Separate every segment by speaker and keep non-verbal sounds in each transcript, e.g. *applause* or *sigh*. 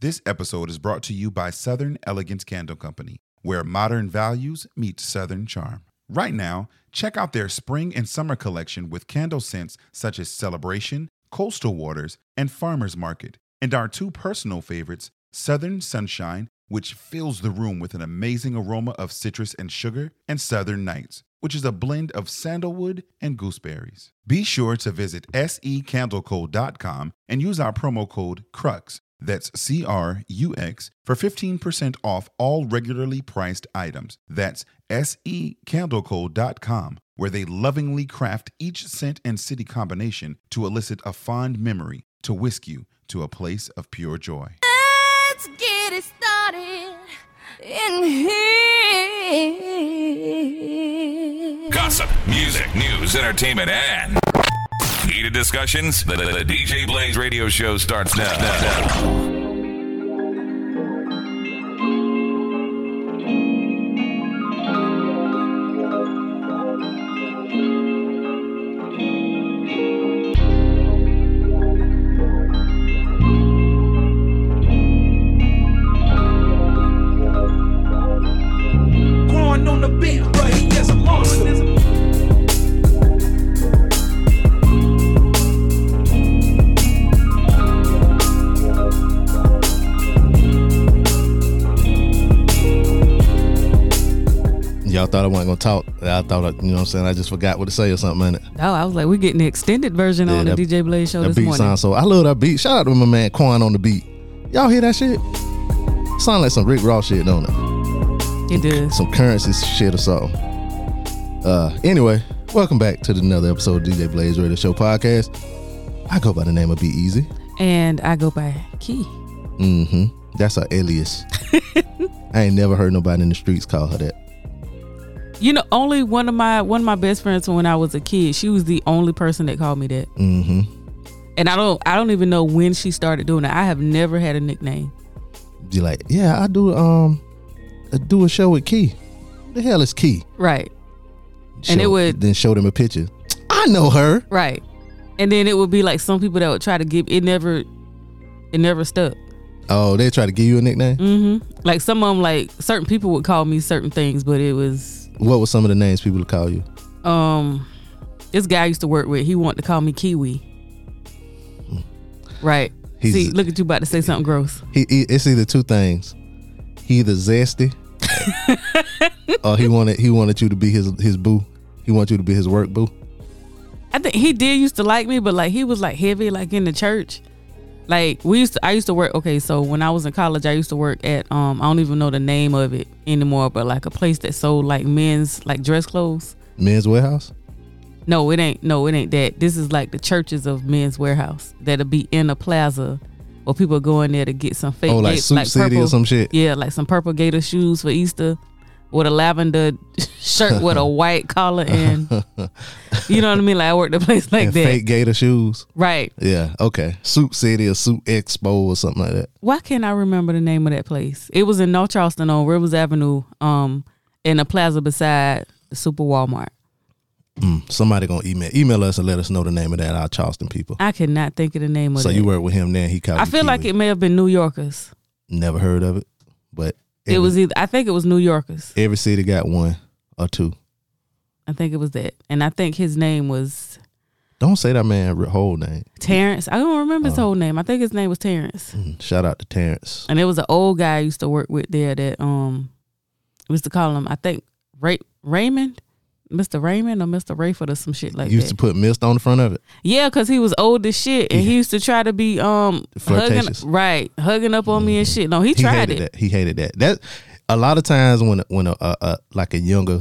Speaker 1: This episode is brought to you by Southern Elegance Candle Company, where modern values meet Southern charm. Right now, check out their spring and summer collection with candle scents such as Celebration, Coastal Waters, and Farmer's Market, and our two personal favorites, Southern Sunshine, which fills the room with an amazing aroma of citrus and sugar, and Southern Nights, which is a blend of sandalwood and gooseberries. Be sure to visit E secandleco.com and use our promo code CRUX, that's C R U X, for 15% off all regularly priced items. That's E secandleco.com, where they lovingly craft each scent and city combination to elicit a fond memory, to whisk you to a place of pure joy.
Speaker 2: Let's get it started in here.
Speaker 3: Gossip, music, news, entertainment, and heated discussions. The, the- the DJ Blaze radio show starts now.
Speaker 4: Growing on the bit, but he is a monster.
Speaker 5: Y'all thought I wasn't gonna talk. I thought I, you know what I'm saying. I just forgot what to say or something. Ain't it?
Speaker 6: Oh, I was like, we're getting the extended version
Speaker 5: Yeah,
Speaker 6: on the
Speaker 5: that-
Speaker 6: DJ Blaze show
Speaker 5: that
Speaker 6: Oh, this
Speaker 5: beat
Speaker 6: morning.
Speaker 5: sounds so. I love that beat. Shout out to my man Quan on the beat. Y'all hear that shit? Sound like some Rick Ross shit, don't it?
Speaker 6: it does.
Speaker 5: Some currency shit or something. Uh, anyway, welcome back to another episode of DJ Blaze Radio Show podcast. I go by the name of Be Easy.
Speaker 6: And I go by Key.
Speaker 5: hmm That's her
Speaker 6: *laughs*
Speaker 5: alias. I ain't never heard nobody in the streets call her that.
Speaker 6: You know, only one of my one of my best friends when I was a kid, she was the only person that called me that.
Speaker 5: hmm
Speaker 6: And I don't I don't even know when she started doing it. I have never had a nickname.
Speaker 5: Be like, yeah, I do. Um, I do a show with Key. Who the hell is Key?
Speaker 6: Right. And it
Speaker 5: Show-
Speaker 6: would-
Speaker 5: then show them a picture. I know her.
Speaker 6: Right. And then it would be like some people that would try to give it never it never stuck.
Speaker 5: Oh, they try to give you a nickname.
Speaker 6: Mm. Like some of them like certain people would call me certain things, but it was
Speaker 5: What were some of the names people would call you?
Speaker 6: um this guy I used to work with, he wanted to call me Kiwi. Right.
Speaker 5: He's-
Speaker 6: See, look at you about to say something gross.
Speaker 5: He, he it's either two things. He either
Speaker 6: *laughs*
Speaker 5: zesty, or he wanted he wanted you to be his his boo. He wanted you to be his work boo.
Speaker 6: I think he did used to like me, but like he was like heavy, like in the church. Like we used to, I used to work. Okay, so when I was in college, I used to work at um, I don't even know the name of it anymore, but like a place that sold like men's like dress clothes.
Speaker 5: Men's warehouse.
Speaker 6: No, it ain't. No, it ain't that. This is like the churches of men's warehouse that'll be in a plaza, where people go in there to get some fake.
Speaker 5: Oh, like
Speaker 6: ga-
Speaker 5: Soup City or
Speaker 6: purple-
Speaker 5: some shit?
Speaker 6: Yeah, like some purple gator shoes for Easter, with a lavender *laughs* shirt
Speaker 5: *laughs*
Speaker 6: with a white collar and you know what I mean. Like I worked a place like
Speaker 5: and
Speaker 6: that,
Speaker 5: fake gator shoes.
Speaker 6: right?
Speaker 5: Yeah. Okay. Soup City or Soup Expo or something like that.
Speaker 6: why can't I remember the name of that place? It was in North Charleston on Rivers Avenue, um, in a plaza beside the Super Walmart.
Speaker 5: Somebody gonna email email us and let us know the name of that. Our Charleston people.
Speaker 6: I could not think of the name of
Speaker 5: So
Speaker 6: that.
Speaker 5: you work with him then. He called.
Speaker 6: I
Speaker 5: you
Speaker 6: feel like
Speaker 5: Kiwi.
Speaker 6: it may have been New Yorkers.
Speaker 5: Never heard of it, but
Speaker 6: It was either I think it was New Yorkers.
Speaker 5: every city got one or two.
Speaker 6: I think it was that, and I think his name was
Speaker 5: Don't say that man re- whole name.
Speaker 6: Terrence. I don't remember
Speaker 5: Oh.
Speaker 6: his whole name. I think his name was Terrence,
Speaker 5: Shout out to Terrence.
Speaker 6: and it was an old guy I used to work with there that um we used to call him I think Ray Raymond, Mister Raymond or Mister Rayford or some shit like
Speaker 5: used
Speaker 6: that.
Speaker 5: to put mist on the front of it.
Speaker 6: Yeah, cause he was old as shit, and he used to try to be um hugging,
Speaker 5: Flirtatious. Mm-hmm.
Speaker 6: right, hugging up on me and shit. No, he,
Speaker 5: He
Speaker 6: tried
Speaker 5: hated
Speaker 6: it.
Speaker 5: that. He hated that. That a lot of times when when a, a, a like a younger,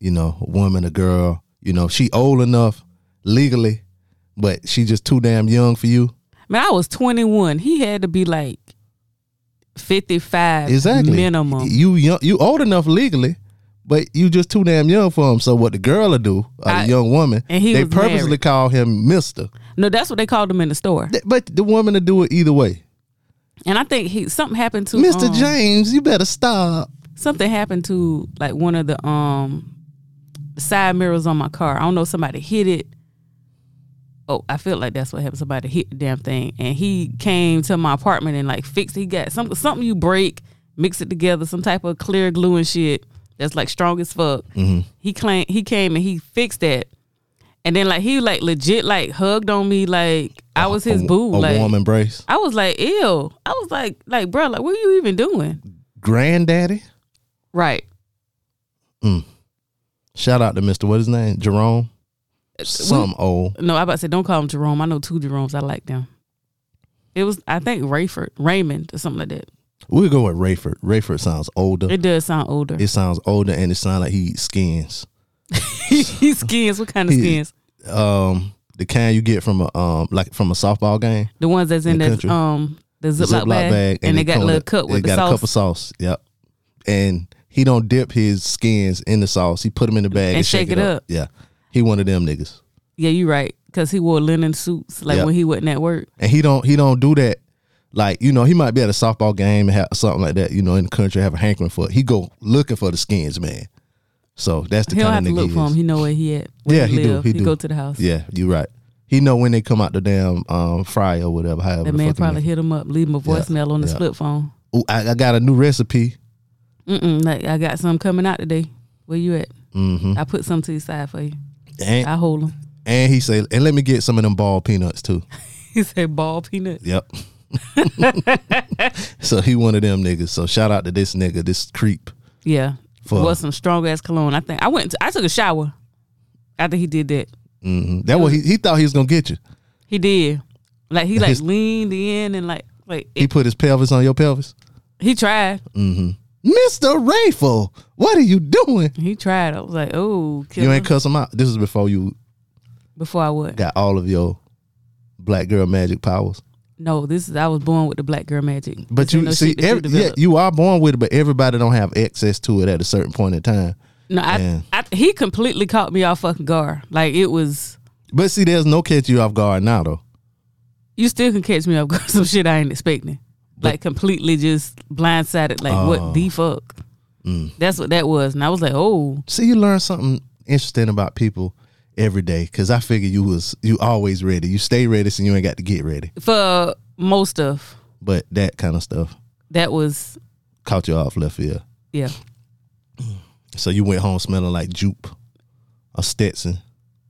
Speaker 5: you know, woman, a girl, you know, she old enough legally, but she just too damn young for you.
Speaker 6: Man, I was twenty one. He had to be like fifty five,
Speaker 5: Exactly.
Speaker 6: minimum.
Speaker 5: You young, you old enough legally, but you just too damn young for him. So what the girl will do, or
Speaker 6: I-
Speaker 5: the young woman,
Speaker 6: and he
Speaker 5: they
Speaker 6: was
Speaker 5: purposely
Speaker 6: married.
Speaker 5: call him Mister.
Speaker 6: no, that's what they called him in the store.
Speaker 5: Th- But the woman to do it either way.
Speaker 6: And I think he something happened to
Speaker 5: Mr.
Speaker 6: um,
Speaker 5: James, you better stop.
Speaker 6: Something happened to like one of the um side mirrors on my car. I don't know. Somebody hit it. oh, I feel like that's what happened. Somebody hit the damn thing, and he came to my apartment and like fixed. He got some something you break, mix it together, some type of clear glue and shit that's like strong as fuck.
Speaker 5: Mm-hmm.
Speaker 6: He claimed he came and he fixed that, and then like he like legit like hugged on me like I was his
Speaker 5: a,
Speaker 6: boo.
Speaker 5: A
Speaker 6: like
Speaker 5: warm embrace.
Speaker 6: I was like ew. I was like like bro, like what are you even doing?
Speaker 5: Granddaddy.
Speaker 6: Right.
Speaker 5: Shout out to Mister. What his name? Jerome.
Speaker 6: Uh,
Speaker 5: Some old.
Speaker 6: No, I about to say don't call him Jerome. I know two Jeromes. I like them. It was I think Rayford Raymond or something like that.
Speaker 5: We'll go with Rayford. Rayford sounds older. It,
Speaker 6: It does sound older. *laughs*
Speaker 5: sounds older, and it sounds like he eats skins.
Speaker 6: he skins. What kind of
Speaker 5: He-
Speaker 6: skins?
Speaker 5: Um, the kind you get from a um, like from a softball game.
Speaker 6: The ones that's in
Speaker 5: the
Speaker 6: the
Speaker 5: country.
Speaker 6: um the
Speaker 5: The
Speaker 6: Ziploc, bag, and,
Speaker 5: it
Speaker 6: they got
Speaker 5: come
Speaker 6: a little
Speaker 5: with-
Speaker 6: cup
Speaker 5: it
Speaker 6: with the
Speaker 5: got a cup of
Speaker 6: sauce
Speaker 5: sauce. Yep. And he don't dip his skins in the sauce. He put them in the bag and, shake, it up. Yeah. He one of them niggas.
Speaker 6: Yeah, you right. Cause he wore linen suits like
Speaker 5: Yep.
Speaker 6: when he wasn't at work.
Speaker 5: and he don't he don't do that. Like you know, he might be at a softball game and have something like that. You know, in the country, have a hankering for it. He go looking for the skins, man. So that's the
Speaker 6: he don't have
Speaker 5: kind of
Speaker 6: to
Speaker 5: nigga.
Speaker 6: look
Speaker 5: he
Speaker 6: for
Speaker 5: is.
Speaker 6: him. He know where he at. Where
Speaker 5: yeah, he, do.
Speaker 6: live.
Speaker 5: He, do.
Speaker 6: go to the house.
Speaker 5: Yeah, you right. He know when they come out the damn um, fry or whatever. However,
Speaker 6: That
Speaker 5: the
Speaker 6: man
Speaker 5: fuck it
Speaker 6: probably
Speaker 5: is.
Speaker 6: hit him up, leave him a voicemail on his
Speaker 5: yeah.
Speaker 6: flip phone.
Speaker 5: Ooh, I, I got a new recipe.
Speaker 6: Mm-mm, like I got some coming out today. Where you at?
Speaker 5: Mm-hmm.
Speaker 6: I put some to the side for you.
Speaker 5: And,
Speaker 6: I hold him. *laughs*
Speaker 5: and he say, and let me get some of them ball peanuts too.
Speaker 6: He said ball peanut. *laughs*
Speaker 5: Yep. so he one of them niggas. So shout out to this nigga, this creep.
Speaker 6: Yeah.
Speaker 5: Fuck.
Speaker 6: Was some strong ass cologne. I think I went. To, I took a shower after he did that.
Speaker 5: That what he, he thought he was gonna get you.
Speaker 6: He did. Like he
Speaker 5: *laughs*
Speaker 6: like
Speaker 5: His-
Speaker 6: leaned in and like like
Speaker 5: He
Speaker 6: it,
Speaker 5: put his pelvis on your pelvis.
Speaker 6: he tried.
Speaker 5: Mr. Rayful, what are you doing?
Speaker 6: He tried. I was like, oh,
Speaker 5: You
Speaker 6: killer.
Speaker 5: ain't cuss him out. This is before you
Speaker 6: before I would.
Speaker 5: got all of your black girl magic powers.
Speaker 6: No, this is I was born with the black girl magic.
Speaker 5: But
Speaker 6: This ain't
Speaker 5: you
Speaker 6: no
Speaker 5: see,
Speaker 6: shit that
Speaker 5: every, yeah,
Speaker 6: developed.
Speaker 5: you are born with it, but everybody don't have access to it at a certain point in time.
Speaker 6: no, I,
Speaker 5: Yeah.
Speaker 6: I he completely caught me off fucking guard. Like it was.
Speaker 5: But see, there's no catch you off guard now though.
Speaker 6: You still can catch me off *laughs* guard. Some shit I ain't expecting. Like completely just blindsided. Like
Speaker 5: Oh.
Speaker 6: what the fuck?
Speaker 5: Mm.
Speaker 6: That's what that was, and I was like, oh,
Speaker 5: See, you learn something interesting about people every day. Cause I figure you was you always ready. You stay ready, so you ain't got to get ready.
Speaker 6: for most stuff
Speaker 5: But that kind of stuff
Speaker 6: that was
Speaker 5: caught you off left field.
Speaker 6: yeah.
Speaker 5: So you went home smelling like Jupe or Stetson.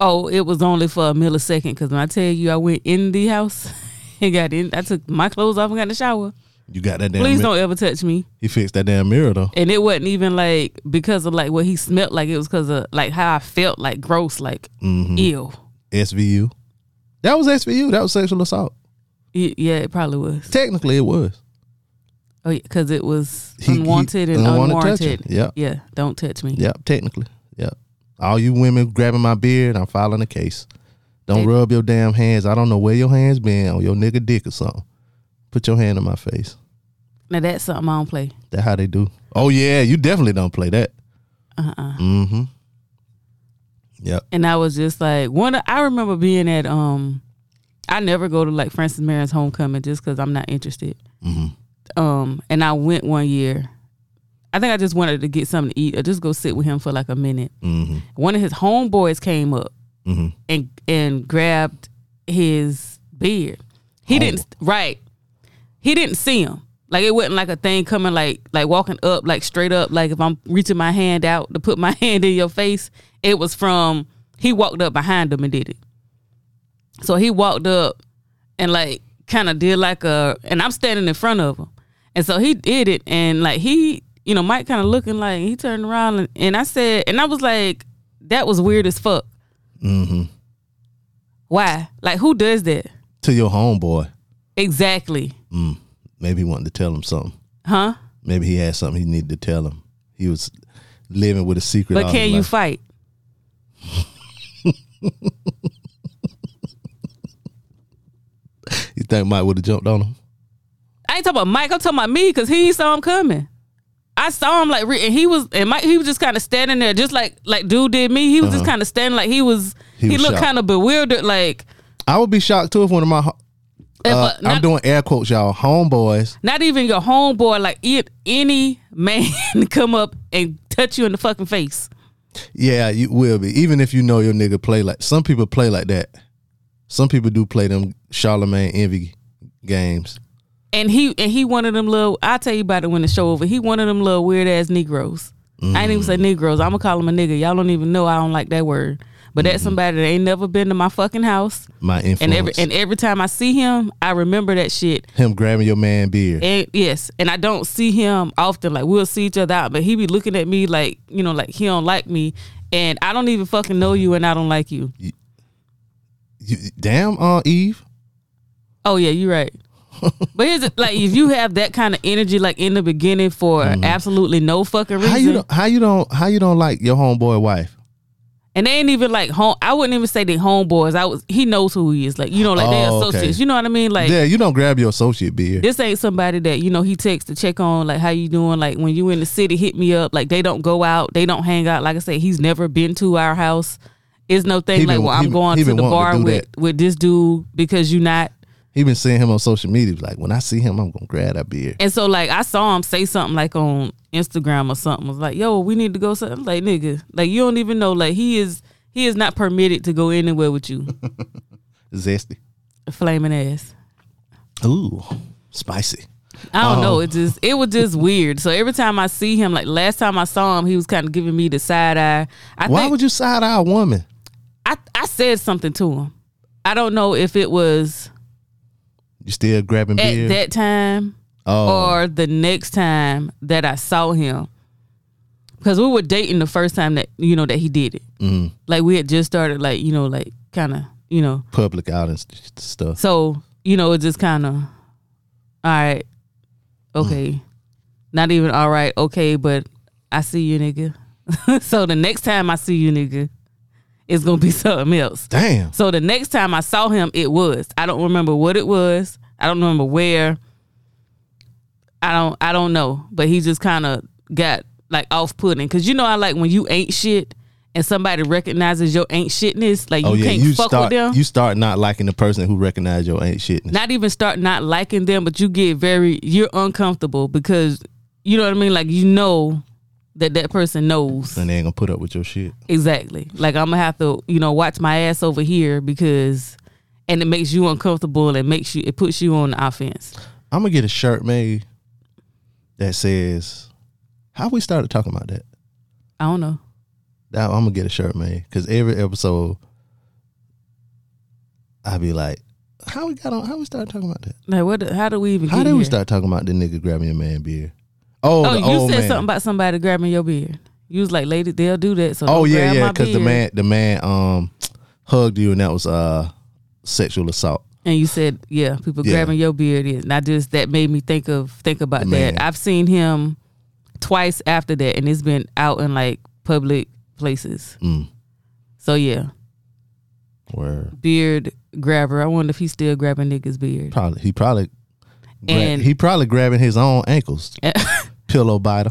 Speaker 6: Oh, it was only for a millisecond because when I tell you I went in the house *laughs* and got in, I took my clothes off and got in the shower.
Speaker 5: You got that damn.
Speaker 6: Please
Speaker 5: mi-
Speaker 6: don't ever touch me.
Speaker 5: He fixed that damn mirror though.
Speaker 6: And it wasn't even like because of like what he smelled like. It was because of like how I felt like gross, like ew.
Speaker 5: SVU. That was SVU. That was sexual assault.
Speaker 6: Y- Yeah, it probably was.
Speaker 5: Technically, it was.
Speaker 6: Oh, yeah, because it was
Speaker 5: He- he
Speaker 6: unwanted and
Speaker 5: don't wanna touch
Speaker 6: unwarranted.
Speaker 5: it. Yep.
Speaker 6: Yeah, don't touch me.
Speaker 5: Yep, technically. Yep. All you women grabbing my beard, I'm filing a case. Don't
Speaker 6: They-
Speaker 5: rub your damn hands. I don't know where your hands been on your nigga dick or something. Put your hand on my face.
Speaker 6: Now that's something I don't play.
Speaker 5: That how they do. Oh yeah, you definitely don't play that.
Speaker 6: Uh-uh.
Speaker 5: Uh uh Mm-hmm. Yep.
Speaker 6: And I was just like, one. of- I remember being at um, I never go to like Francis Marin's homecoming just because I'm not interested. Um, and I went one year. I think I just wanted to get something to eat or just go sit with him for like a minute. One of his homeboys came up and and grabbed his beard. He didn't right. He didn't see him. Like it wasn't like a thing coming like like walking up like straight up like if I'm reaching my hand out to put my *laughs* hand in your face. It was from he walked up behind him and did it. So he walked up and like kind of did like a and I'm standing in front of him. And so he did it and like he, you know, Mike kind of looking like he turned around and, and I said and I was like that was weird as fuck. Mhm. Why? Like who does that?
Speaker 5: To your homeboy.
Speaker 6: Exactly.
Speaker 5: Maybe he wanted to tell him something.
Speaker 6: Huh?
Speaker 5: Maybe he had something he needed to tell him. He was living with a secret.
Speaker 6: But
Speaker 5: all
Speaker 6: can
Speaker 5: his
Speaker 6: you
Speaker 5: life.
Speaker 6: fight?
Speaker 5: You think Mike would have jumped on him?
Speaker 6: I ain't talking about Mike. I'm talking about me because he saw him coming. I saw him like, re- and he was, and Mike, he was just kind of standing there, just like like dude did me. He was just kind of standing like he was.
Speaker 5: Uh-huh. He
Speaker 6: He,
Speaker 5: was
Speaker 6: looked
Speaker 5: shocked.
Speaker 6: kind of bewildered, like
Speaker 5: I would be shocked too if one of my ho-
Speaker 6: if,
Speaker 5: uh,
Speaker 6: uh, not,
Speaker 5: I'm doing air quotes, y'all, homeboys.
Speaker 6: not even your homeboy, like it, any man *laughs* come up and touch you in the fucking face.
Speaker 5: Yeah, you will be. Even if you know your nigga play like some people play like that. Some people do play them Charlemagne envy games.
Speaker 6: And he and he one of them little. I tell you about it when the show over. He one of them little weird ass Negroes. I ain't even
Speaker 5: Mm.
Speaker 6: say Negroes. I'm gonna call him a nigga. Y'all don't even know. I don't like that word. But that's somebody that ain't never been to my fucking house.
Speaker 5: My influence.
Speaker 6: And every and every time I see him, I remember that shit.
Speaker 5: him grabbing your man beard.
Speaker 6: And yes, and I don't see him often. Like we'll see each other out, but he be looking at me like you know, like he don't like me, and I don't even fucking know you, and I don't like you.
Speaker 5: You- damn, uh, Eve.
Speaker 6: Oh yeah,
Speaker 5: *laughs*
Speaker 6: you're right. but here's the- like if you have that kind of energy like in the beginning for absolutely no fucking reason,
Speaker 5: Mm-hmm. How you don't? How you don't? How you don't like your homeboy wife?
Speaker 6: and they ain't even like home. I wouldn't even say they homeboys. I was he knows who he is. Like you know, like they
Speaker 5: Oh, okay.
Speaker 6: associates. You know what I mean? Like
Speaker 5: yeah, you don't grab your associate beard.
Speaker 6: this ain't somebody that you know he texts to check on like how you doing like when you in the city hit me up like they don't go out they don't hang out like i said he's never been to our house it's no thing
Speaker 5: He
Speaker 6: like
Speaker 5: been-
Speaker 6: well
Speaker 5: he
Speaker 6: i'm
Speaker 5: been-
Speaker 6: going
Speaker 5: he
Speaker 6: to the
Speaker 5: been wanting to
Speaker 6: bar
Speaker 5: do
Speaker 6: with with this dude because you not
Speaker 5: He been seeing him on social media. Like when I see him, I'm gonna grab that beard.
Speaker 6: and so like i saw him say something like on instagram or something was like yo we need to go something like nigga like you don't even know like he is he is not permitted to go anywhere
Speaker 5: *laughs*
Speaker 6: with you
Speaker 5: Zesty.
Speaker 6: flaming ass
Speaker 5: Ooh, spicy.
Speaker 6: I don't
Speaker 5: Um,
Speaker 6: know. It just it was just weird. So every time I see him, like last time I saw him, he was kind of giving me the side eye. I
Speaker 5: Why
Speaker 6: think
Speaker 5: would you side eye a woman?
Speaker 6: I I said something to him. I don't know if it was
Speaker 5: You still grabbing
Speaker 6: at
Speaker 5: beard?
Speaker 6: that time
Speaker 5: oh,
Speaker 6: or the next time that I saw him. Because we were dating the first time that you know that he did it.
Speaker 5: Mm-hmm.
Speaker 6: Mm. Like we had just started, like you know, like kind of you know.
Speaker 5: public out and st- stuff.
Speaker 6: So you know, it just kind of all right, okay, not even all right, okay, but I see you, nigga. *laughs* so the next time I see you, nigga, it's gonna be *laughs* something else.
Speaker 5: Damn.
Speaker 6: So the next time I saw him, it was. I don't remember what it was. I don't remember where. I don't. I don't know. But he just kind of got like off putting because you know I like when you ain't shit and somebody recognizes your ain't shitness. Like
Speaker 5: Oh
Speaker 6: you
Speaker 5: yeah,
Speaker 6: can't
Speaker 5: you
Speaker 6: fuck
Speaker 5: start
Speaker 6: with them.
Speaker 5: you start not liking the person who recognize your ain't shit.
Speaker 6: not even start not liking them, but you get very you're uncomfortable because you know what I mean. Like you know that that person knows
Speaker 5: and they ain't gonna put up with your shit.
Speaker 6: exactly. Like I'm gonna have to you know watch my ass over here because, and it makes you uncomfortable and makes you it puts you on the offense.
Speaker 5: I'm gonna get a shirt made that says, "How we started talking about that."
Speaker 6: I don't know.
Speaker 5: Now, I'm gonna get a shirt made because every episode, I be like, "How we got on? How we started talking about that?
Speaker 6: Like what? the- How do we even?
Speaker 5: How
Speaker 6: get
Speaker 5: did
Speaker 6: here?
Speaker 5: we start talking about the nigga grabbing your man beard? Oh,
Speaker 6: Oh,
Speaker 5: the
Speaker 6: you
Speaker 5: old
Speaker 6: said
Speaker 5: man.
Speaker 6: something about somebody grabbing your beard. You was like, lady, they'll do that. So
Speaker 5: oh
Speaker 6: don't
Speaker 5: yeah,
Speaker 6: grab
Speaker 5: yeah,
Speaker 6: my
Speaker 5: because the
Speaker 6: beard.
Speaker 5: man, the man, um, hugged you and that was uh sexual assault.
Speaker 6: And you said, yeah, people
Speaker 5: Yeah.
Speaker 6: grabbing your beard is. And I just that made me think of think about
Speaker 5: Man.
Speaker 6: that. I've seen him twice after that, and it's been out in like public places.
Speaker 5: Mm.
Speaker 6: So yeah,
Speaker 5: Where
Speaker 6: beard grabber. I wonder if he's still grabbing niggas' beard.
Speaker 5: probably he probably gra-
Speaker 6: And-
Speaker 5: he probably grabbing his own
Speaker 6: *laughs*
Speaker 5: ankles. Pillow biter.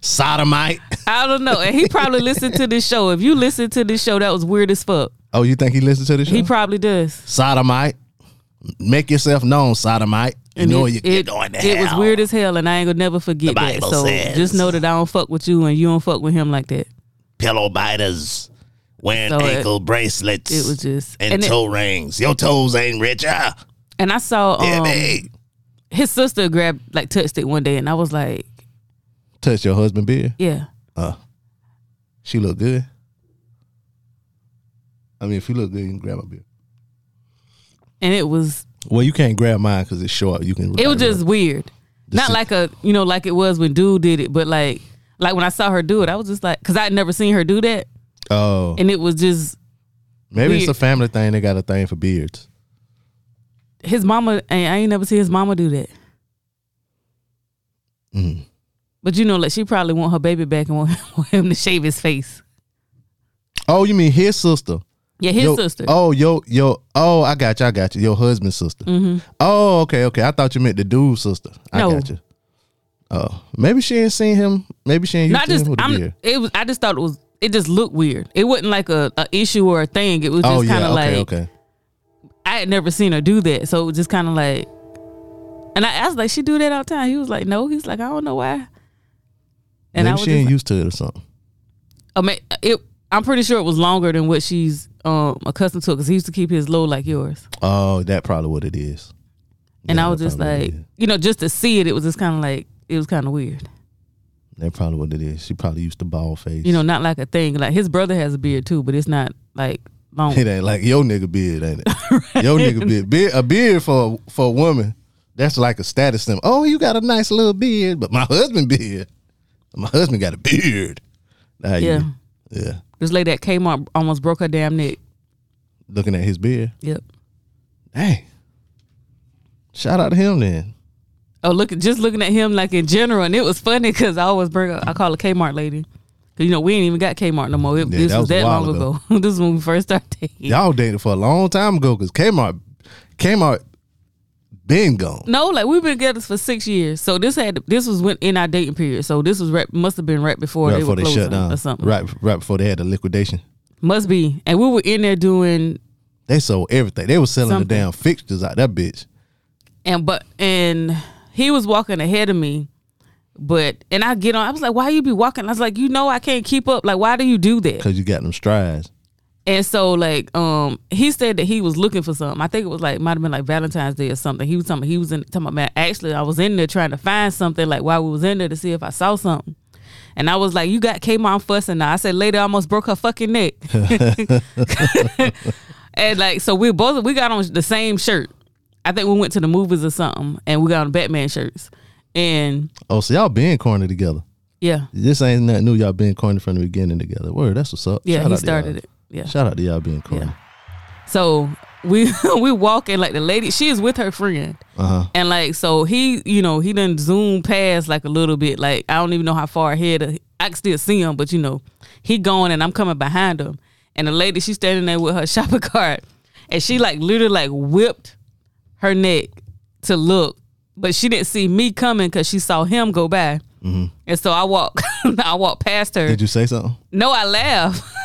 Speaker 5: Sodomite.
Speaker 6: I don't know. And he probably listened to this show. If you listen to this show, that was weird as fuck.
Speaker 5: Oh, you think he listens to this show?
Speaker 6: He probably does.
Speaker 5: sodomite. Make yourself known, sodomite. You know you get on the
Speaker 6: It was
Speaker 5: hell.
Speaker 6: weird as hell, and I ain't gonna never forget
Speaker 5: The
Speaker 6: that.
Speaker 5: Bible
Speaker 6: So
Speaker 5: says.
Speaker 6: just know that I don't fuck with you, and you don't fuck with him like that.
Speaker 5: Pillow biters. Wearing
Speaker 6: So it-
Speaker 5: ankle bracelets.
Speaker 6: It was just
Speaker 5: and,
Speaker 6: it-
Speaker 5: toe rings. Your toes ain't Ah, richer.
Speaker 6: and I saw
Speaker 5: Yeah,
Speaker 6: um,
Speaker 5: babe.
Speaker 6: his sister grabbed like touched it one day, and I was like,
Speaker 5: Touch your husband beard.
Speaker 6: yeah.
Speaker 5: She look good. I mean, if you look good, you can grab my beard.
Speaker 6: And it was
Speaker 5: Well, you can't grab mine because it's short. You can.
Speaker 6: it was just weird, not
Speaker 5: sit-
Speaker 6: like a you know like it was when dude did it, but like like when I saw her do it, I was just like, cause I'd never seen her do that,
Speaker 5: Oh,
Speaker 6: and it was just
Speaker 5: maybe it's a
Speaker 6: weird.
Speaker 5: family thing. They got a thing for beards.
Speaker 6: his mama. And I ain't never seen his mama do that.
Speaker 5: Mm.
Speaker 6: But you know, like she probably want her baby back and want *laughs* him, want him to shave his face.
Speaker 5: Oh, you mean his sister?
Speaker 6: Yeah, his
Speaker 5: Your-
Speaker 6: sister.
Speaker 5: Oh, yo, yo. Oh, I got you. I got you. Your husband's sister. Oh, okay, okay. I thought you meant the dude's sister. I
Speaker 6: Mm-hmm. No.
Speaker 5: got you. Oh, maybe she ain't seen him. Maybe she ain't used
Speaker 6: No, I
Speaker 5: to
Speaker 6: just
Speaker 5: him with a
Speaker 6: I'm,
Speaker 5: beard.
Speaker 6: it was I just thought it was it just looked weird. It wasn't like a, a issue or a thing. It was just
Speaker 5: Oh
Speaker 6: kind
Speaker 5: yeah.
Speaker 6: of
Speaker 5: Okay.
Speaker 6: like
Speaker 5: okay.
Speaker 6: I had never seen her do that, so it was just kind of like. And I asked like she do that all the time. He was like, no. He's like, I don't know why. And
Speaker 5: maybe
Speaker 6: I was
Speaker 5: she
Speaker 6: just
Speaker 5: ain't
Speaker 6: like,
Speaker 5: used to it or something.
Speaker 6: I mean, it I'm pretty sure it was longer than what she's um accustomed to because he used to keep his low like yours.
Speaker 5: Oh, that probably what it is.
Speaker 6: And
Speaker 5: Yeah,
Speaker 6: I was
Speaker 5: that
Speaker 6: just
Speaker 5: probably
Speaker 6: like,
Speaker 5: what it is.
Speaker 6: you know, just to see it, it was just kind of like it was kind of weird.
Speaker 5: that probably what it is. She probably used to bald face.
Speaker 6: You know, not like a thing. Like his brother has a beard too, but it's not like long.
Speaker 5: *laughs* it ain't like your nigga beard, ain't it?
Speaker 6: *laughs*
Speaker 5: Your nigga beard, beard a beard for for a woman. That's like a status symbol. Oh, you got a nice little beard, but my husband beard. My husband got a beard. Nah, you-
Speaker 6: Yeah.
Speaker 5: yeah.
Speaker 6: This lady at Kmart almost broke her damn neck.
Speaker 5: Looking at his beard.
Speaker 6: Yep.
Speaker 5: Hey, shout out to him then.
Speaker 6: Oh, look! at- Just looking at him, like in general, and it was funny because I always bring up. I call a Kmart lady, cause you know we ain't even got Kmart no more. It,
Speaker 5: Yeah,
Speaker 6: this
Speaker 5: that
Speaker 6: was,
Speaker 5: was a
Speaker 6: that
Speaker 5: while
Speaker 6: long
Speaker 5: ago.
Speaker 6: ago. *laughs* this is when we first started dating.
Speaker 5: Y'all dated for a long time ago because Kmart, Kmart been gone.
Speaker 6: No, like we've been together for six years. So this had this was when in our dating period. So this was right, must have been right before
Speaker 5: right
Speaker 6: they
Speaker 5: before
Speaker 6: were
Speaker 5: they
Speaker 6: closing
Speaker 5: shut down.
Speaker 6: or something.
Speaker 5: Right, right before they had the liquidation.
Speaker 6: Must be. And we were in there doing
Speaker 5: They sold everything. They was selling
Speaker 6: Something.
Speaker 5: the damn fixtures out that bitch.
Speaker 6: and but and he was walking ahead of me. But and I get on. I was like, "Why you be walking?" I was like, "You know, I can't keep up. Like, why do you do that?"
Speaker 5: Cause you got them strides.
Speaker 6: And so like um he said that he was looking for something. I think it was like might have been like Valentine's Day or something. He was talking he was in talking about man, actually I was in there trying to find something like while we was in there to see if I saw something. And I was like, You got Kmart fussing now. I said later almost broke her
Speaker 5: *laughs*
Speaker 6: fucking neck. *laughs* and like so we both we got on the same shirt. I think we went to the movies or something and we got on Batman shirts. And
Speaker 5: Oh, so y'all been corny together.
Speaker 6: yeah.
Speaker 5: This ain't nothing new. Y'all been corny from the beginning together. Word, that's what's up.
Speaker 6: Yeah,
Speaker 5: Shout out
Speaker 6: he
Speaker 5: to y'all.
Speaker 6: started it. Yeah.
Speaker 5: Shout out to y'all being corny.
Speaker 6: Yeah. So we *laughs* we walking like the lady. She is with her friend,
Speaker 5: Uh-huh.
Speaker 6: and like so he, you know, he done zoom past like a little bit. Like I don't even know how far ahead. Of, I can still see him, but you know, he going and I'm coming behind him. And the lady, she standing there with her *laughs* shopping cart, and she like literally like whipped her neck to look, but she didn't see me coming because she saw him go by. And so I walk, *laughs* I walk past her.
Speaker 5: Mm-hmm. Did you say something?
Speaker 6: no, I laugh. *laughs*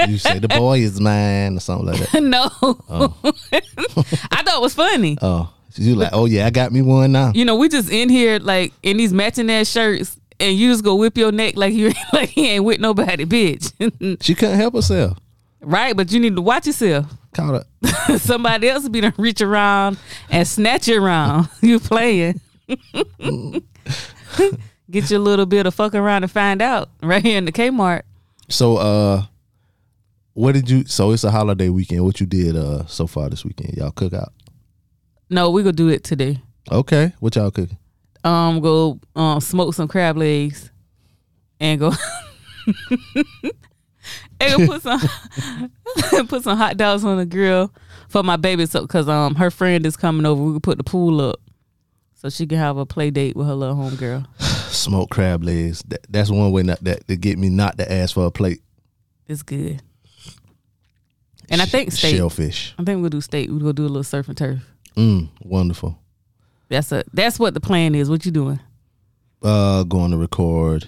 Speaker 5: Oh, you say the boy is mine or something like that.
Speaker 6: no, *laughs* I thought it was funny.
Speaker 5: Oh, so you like? Oh yeah, I got me one now.
Speaker 6: you know, we just in here like in these matching ass shirts, and you just go whip your neck like you *laughs* like he ain't with nobody, bitch. *laughs*
Speaker 5: She couldn't help herself.
Speaker 6: right? But you need to watch yourself. *laughs*
Speaker 5: Caught up.
Speaker 6: Somebody else be done reach around and snatch you around. *laughs* you playing? Get you a little bit of fuck around and find out right here in the Kmart.
Speaker 5: So uh what did you so it's a holiday weekend. What you did uh so far this weekend? Y'all cook out.
Speaker 6: No, we gonna do it today.
Speaker 5: Okay. What y'all cooking?
Speaker 6: Um, go um smoke some crab legs, and go. *laughs* and go put some *laughs* put some hot dogs on the grill for my baby. So, cause um her friend is coming over, we can put the pool up, so she can have a play date with her little homegirl.
Speaker 5: Smoked crab legs. That, that's one way not that to get me not to ask for a plate.
Speaker 6: It's good. And I think steak.
Speaker 5: shellfish.
Speaker 6: I think we'll do steak. We'll go do a little surf and turf.
Speaker 5: Mm, wonderful.
Speaker 6: That's a that's what the plan is. What you doing?
Speaker 5: Uh going to record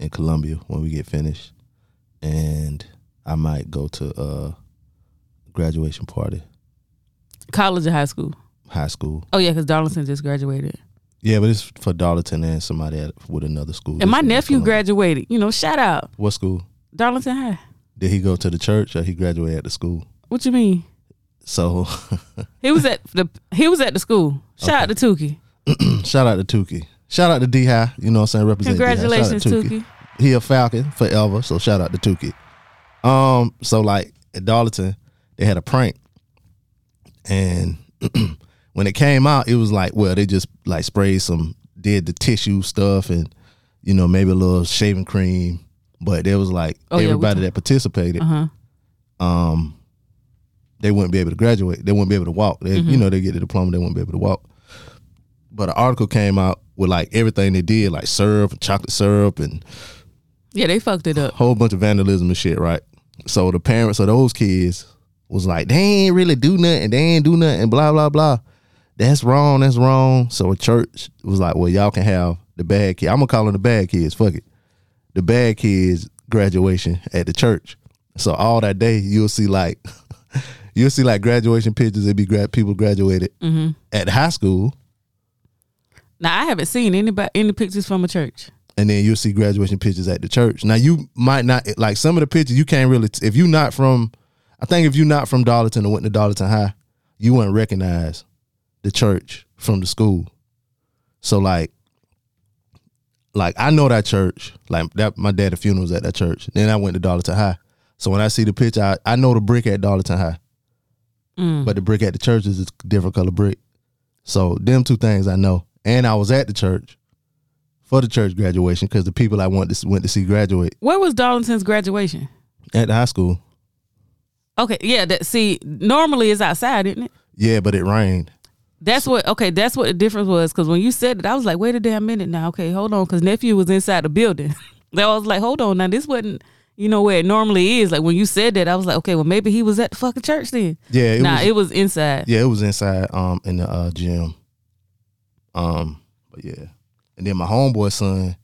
Speaker 5: in Columbia when we get finished. And I might go to uh graduation party,
Speaker 6: College or high school?
Speaker 5: high school.
Speaker 6: Oh yeah, cause Darlington just graduated.
Speaker 5: Yeah, but it's for Darlington and somebody at, with another school.
Speaker 6: And my
Speaker 5: This one is
Speaker 6: nephew
Speaker 5: Columbia.
Speaker 6: graduated. You know, shout out
Speaker 5: What school?
Speaker 6: Darlington High.
Speaker 5: Did he go to the church or he graduated at the school?
Speaker 6: What you mean?
Speaker 5: So *laughs*
Speaker 6: He was at the he was at the school. Shout out to Tuki.
Speaker 5: shout out to Tukey. Shout out to D High. You know what I'm saying? Represent D High. Shout out
Speaker 6: Congratulations,
Speaker 5: to
Speaker 6: Tukey.
Speaker 5: He a Falcon forever. So shout out to Tukey. Um, so like at Darlington, they had a prank. And *clears throat* when it came out, it was like, well, they just like sprayed some did the tissue stuff and, you know, maybe a little shaving cream. But there was like
Speaker 6: Oh, yeah, we
Speaker 5: everybody
Speaker 6: talk-
Speaker 5: that participated.
Speaker 6: Uh-huh.
Speaker 5: um, they wouldn't be able to graduate. They wouldn't be able to walk. They,
Speaker 6: Mm-hmm.
Speaker 5: You know, they get the diploma, they wouldn't be able to walk. But an article came out with like everything they did, like syrup, chocolate syrup, and
Speaker 6: Yeah, they fucked it up.
Speaker 5: whole bunch of vandalism and shit, right? So the parents of those kids was like, they ain't really do nothing, they ain't do nothing, blah, blah, blah. That's wrong, that's wrong. So a church was like, well, y'all can have the bad kid. I'm gonna call them the bad kids, fuck it. The bad kids graduation at the church. So all that day you'll see like *laughs* you'll see like graduation pictures, it'd be grad people graduated at high school
Speaker 6: Now I haven't seen anybody any pictures from a church.
Speaker 5: and then you'll see graduation pictures at the church. Now you might not like some of the pictures. You can't really if you're not from. I think if you're not from Darlington or went to Darlington High, you wouldn't recognize the church from the school. So like, like I know that church. Like that, my dad at funeral was at that church. Then I went to Darlington High. So when I see the picture, I, I know the brick at Darlington High, but the brick at the church is a different color brick. So them two things I know, and I was at the church for the church graduation because the people I went to went to see graduate
Speaker 6: Where was Darlington's graduation?
Speaker 5: at the high school.
Speaker 6: Okay, yeah. That see, normally it's outside, isn't it?
Speaker 5: Yeah, but it rained.
Speaker 6: That's what. Okay, that's what the difference was. Because when you said it, I was like, wait a damn minute now. Okay, hold on. Because nephew was inside the building. *laughs* That was like, hold on. Now this wasn't. You know where it normally is. Like when you said that, I was like, okay, well maybe he was at the fucking church then.
Speaker 5: Yeah, it
Speaker 6: nah,
Speaker 5: was-
Speaker 6: it was inside.
Speaker 5: Yeah, it was inside um in the uh, gym. Um, but yeah, and then my homeboy son.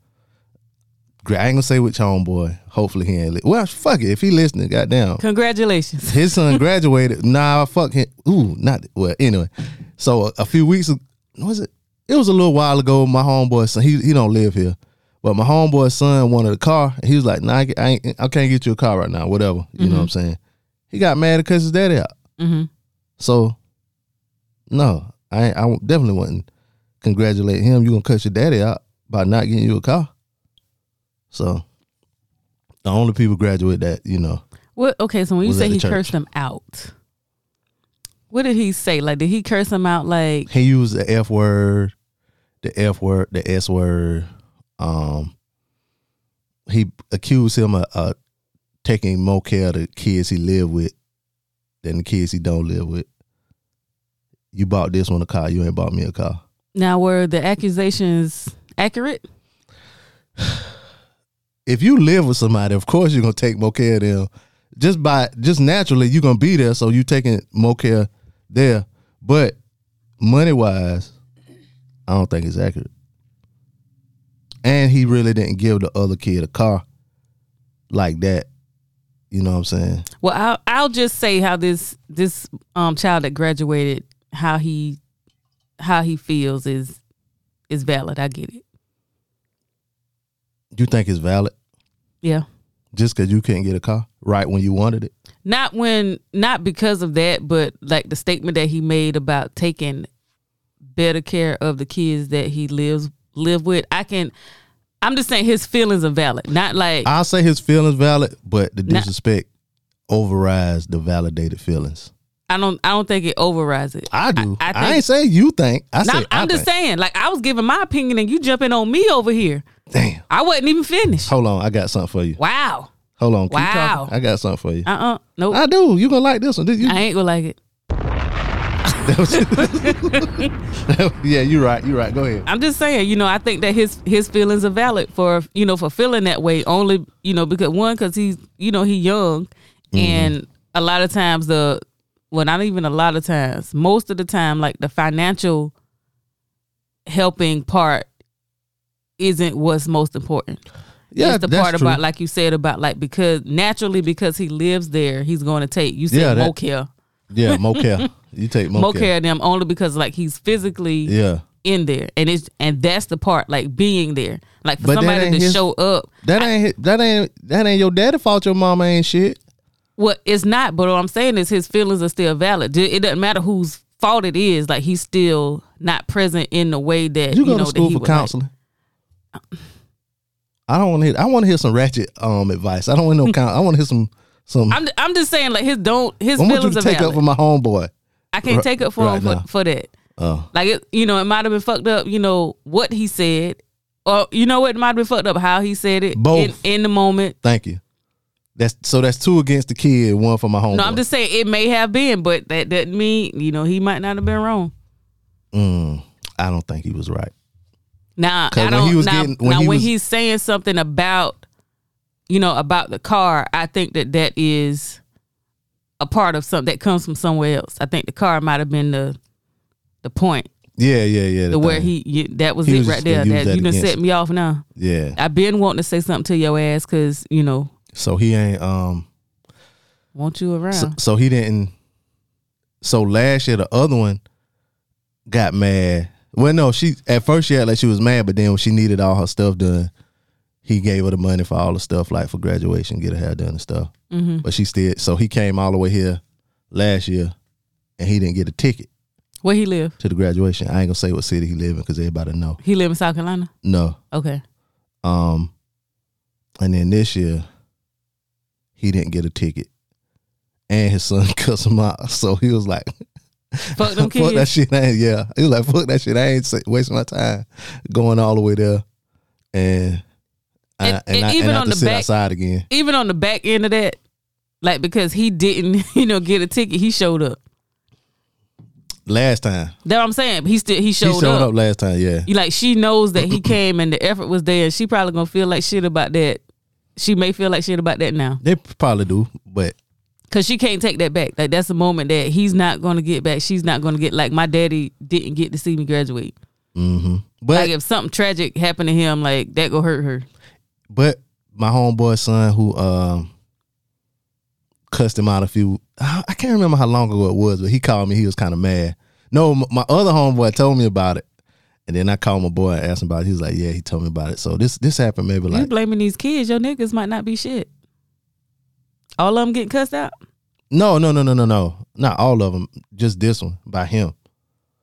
Speaker 5: gra- I ain't gonna say which homeboy. Hopefully he ain't. Li- well, fuck it. If he listening, goddamn.
Speaker 6: Congratulations.
Speaker 5: His son graduated. nah, fuck him. Ooh, not well. Anyway, so a, a few weeks ago, was it? It was a little while ago. My homeboy son, he he don't live here, but my homeboy son wanted a car. And he was like, "Nah, I, ca- I, ain't, I can't get you a car right now. Whatever, you know what I'm saying." He got mad because his daddy out.
Speaker 6: Mhm.
Speaker 5: So, no, I ain't- I won't- definitely wouldn't congratulate him. You gonna cut your daddy out by not getting you a car. So, the only people graduate that you know.
Speaker 6: What? Okay, so when you
Speaker 5: Was
Speaker 6: say
Speaker 5: at the
Speaker 6: he
Speaker 5: church.
Speaker 6: cursed him out, what did he say? Like, did he curse him out? Like,
Speaker 5: he used the F word, the F word, the S word. Um, he accused him of uh, taking more care of the kids he live with than the kids he don't live with. You bought this one a car, you ain't bought me a car.
Speaker 6: now were the accusations accurate?
Speaker 5: If you live with somebody, of course you're gonna take more care of them. Just by just naturally, you're gonna be there, so you taking more care there. But money wise, I don't think it's accurate. And he really didn't give the other kid a car like that. You know what I'm saying?
Speaker 6: Well, I'll, I'll just say how this this um child that graduated, how he how he feels is is valid. I get it.
Speaker 5: You think it's valid
Speaker 6: Yeah.
Speaker 5: just because you couldn't get a car right when you wanted it?
Speaker 6: Not when not because of that, but like the statement that he made about taking better care of the kids that he lives live with. I can I'm just saying his feelings are valid. Not like
Speaker 5: I'll say his feelings valid, but the
Speaker 6: Nah.
Speaker 5: disrespect overrides the validated feelings.
Speaker 6: I don't I don't think it overrides it.
Speaker 5: I do. I,
Speaker 6: I- I think-
Speaker 5: ain't saying you think. I
Speaker 6: Now,
Speaker 5: say
Speaker 6: I'm, I'm
Speaker 5: I
Speaker 6: just
Speaker 5: think.
Speaker 6: saying, like I was giving my opinion and you jumping on me over here.
Speaker 5: Damn.
Speaker 6: I wasn't even finished.
Speaker 5: Hold on, I got something for you.
Speaker 6: Wow.
Speaker 5: Hold on. Keep
Speaker 6: Wow.
Speaker 5: talking. I got something for you.
Speaker 6: Uh uh Nope.
Speaker 5: I do. You gonna like this one? This- you-
Speaker 6: I ain't gonna like it.
Speaker 5: *laughs* yeah, you're right. You're right. Go ahead.
Speaker 6: I'm just saying, you know, I think that his his feelings are valid for you know for feeling that way only you know because one because he's you know he young
Speaker 5: Mm-hmm.
Speaker 6: and a lot of times the well not even a lot of times most of the time like the financial helping part isn't what's most important.
Speaker 5: Yeah,
Speaker 6: it's the
Speaker 5: that's
Speaker 6: part
Speaker 5: true.
Speaker 6: about like you said about like because naturally because he lives there he's going to take you said
Speaker 5: Yeah,
Speaker 6: yeah,
Speaker 5: that-
Speaker 6: more care
Speaker 5: yeah,
Speaker 6: *laughs*
Speaker 5: mocha. You take mocha.
Speaker 6: more care of them only because like he's physically
Speaker 5: Yeah,
Speaker 6: in there, and it's and that's the part like being there, like for
Speaker 5: But that
Speaker 6: somebody
Speaker 5: ain't
Speaker 6: to
Speaker 5: his-
Speaker 6: show up.
Speaker 5: that ain't hi- that ain't that ain't your daddy fault. Your mama ain't shit.
Speaker 6: Well, it's not, but what I'm saying is his feelings are still valid. D- It doesn't matter whose fault it is; like he's still not present in the way that
Speaker 5: You
Speaker 6: you,
Speaker 5: go to
Speaker 6: know that
Speaker 5: school
Speaker 6: he
Speaker 5: for
Speaker 6: would like. Um.
Speaker 5: counseling. I don't want to hear. I want to hear some ratchet um advice. I don't want no count. I want to hear some some.
Speaker 6: I'm I'm just saying like his don't his
Speaker 5: I want you
Speaker 6: feelings
Speaker 5: to
Speaker 6: are
Speaker 5: take
Speaker 6: valid.
Speaker 5: up for my homeboy.
Speaker 6: I can't
Speaker 5: right-
Speaker 6: take up for
Speaker 5: right
Speaker 6: him
Speaker 5: now.
Speaker 6: for, for that.
Speaker 5: Oh,
Speaker 6: Like it, you know, it might have been fucked up. You know what he said, or you know what it might have been fucked up how he said it in,
Speaker 5: Both.
Speaker 6: in the moment.
Speaker 5: thank you. That's so. That's two against the kid. One for my homeboy.
Speaker 6: No, I'm just saying it may have been, but that doesn't mean you know he might not have been wrong.
Speaker 5: Mm, I don't think he was right.
Speaker 6: Now,
Speaker 5: 'Cause
Speaker 6: I
Speaker 5: when
Speaker 6: don't,
Speaker 5: he was
Speaker 6: now,
Speaker 5: getting- when
Speaker 6: now
Speaker 5: he
Speaker 6: when
Speaker 5: was-
Speaker 6: he's saying something about, you know, about the car, I think that that is a part of something that comes from somewhere else. I think the car might have been the the point,
Speaker 5: Yeah, yeah, yeah.
Speaker 6: the where
Speaker 5: thing.
Speaker 6: he you, that was
Speaker 5: He
Speaker 6: it
Speaker 5: was
Speaker 6: right
Speaker 5: just
Speaker 6: there.
Speaker 5: gonna use
Speaker 6: That,
Speaker 5: that
Speaker 6: you done
Speaker 5: against
Speaker 6: set me off now.
Speaker 5: Yeah.
Speaker 6: I've been wanting to say something to your ass because you know
Speaker 5: So he ain't um
Speaker 6: want you around.
Speaker 5: so, so he didn't so last year the other one got mad. Well no, she at first she act like she was mad, but then when she needed all her stuff done, he gave her the money for all the stuff like for graduation, get her hair done and stuff.
Speaker 6: Mm-hmm.
Speaker 5: But she still, so he came all the way here last year, and he didn't get a ticket
Speaker 6: Where he live?
Speaker 5: to the graduation. I ain't gonna say what city he live in because everybody know.
Speaker 6: He live in South Carolina.
Speaker 5: No,
Speaker 6: Okay.
Speaker 5: um, and then this year, he didn't get a ticket, and his son *laughs* cussed him out. So he was like, *laughs*
Speaker 6: Fuck them kids.
Speaker 5: "Fuck that shit!" I ain't, yeah, he was like, "Fuck that shit!" I ain't sa- wasting my time going all the way there, and I,
Speaker 6: And-
Speaker 5: and,
Speaker 6: and
Speaker 5: I,
Speaker 6: even
Speaker 5: and I have
Speaker 6: on
Speaker 5: to
Speaker 6: the
Speaker 5: sit
Speaker 6: back-
Speaker 5: outside again.
Speaker 6: Even on the back end of that, like because he didn't, *laughs* you know, get a ticket, he showed up.
Speaker 5: Last time
Speaker 6: That what I'm saying. He still he showed,
Speaker 5: he showed up. last time, yeah,
Speaker 6: You like she knows that
Speaker 5: *clears throat*
Speaker 6: he came and the effort was there, and she probably gonna feel like shit about that. She may feel like shit about that now,
Speaker 5: they probably do, but
Speaker 6: cause she can't take that back. Like that's a moment that he's not gonna get back. She's not gonna get. Like my daddy didn't get to see me graduate.
Speaker 5: but
Speaker 6: like if something tragic happened to him, like that go hurt her.
Speaker 5: But my homeboy son who um cussed him out a few I I can't remember how long ago it was, but he called me, he was kind of mad. No, m- my other homeboy told me about it. And then I called my boy and asked him about it. He was like, "Yeah, he told me about it." So this this happened maybe
Speaker 6: you
Speaker 5: like
Speaker 6: blaming these kids, your niggas might not be shit. All of them getting cussed out.
Speaker 5: no, no, no, no, no, no, not all of them, just this one by him.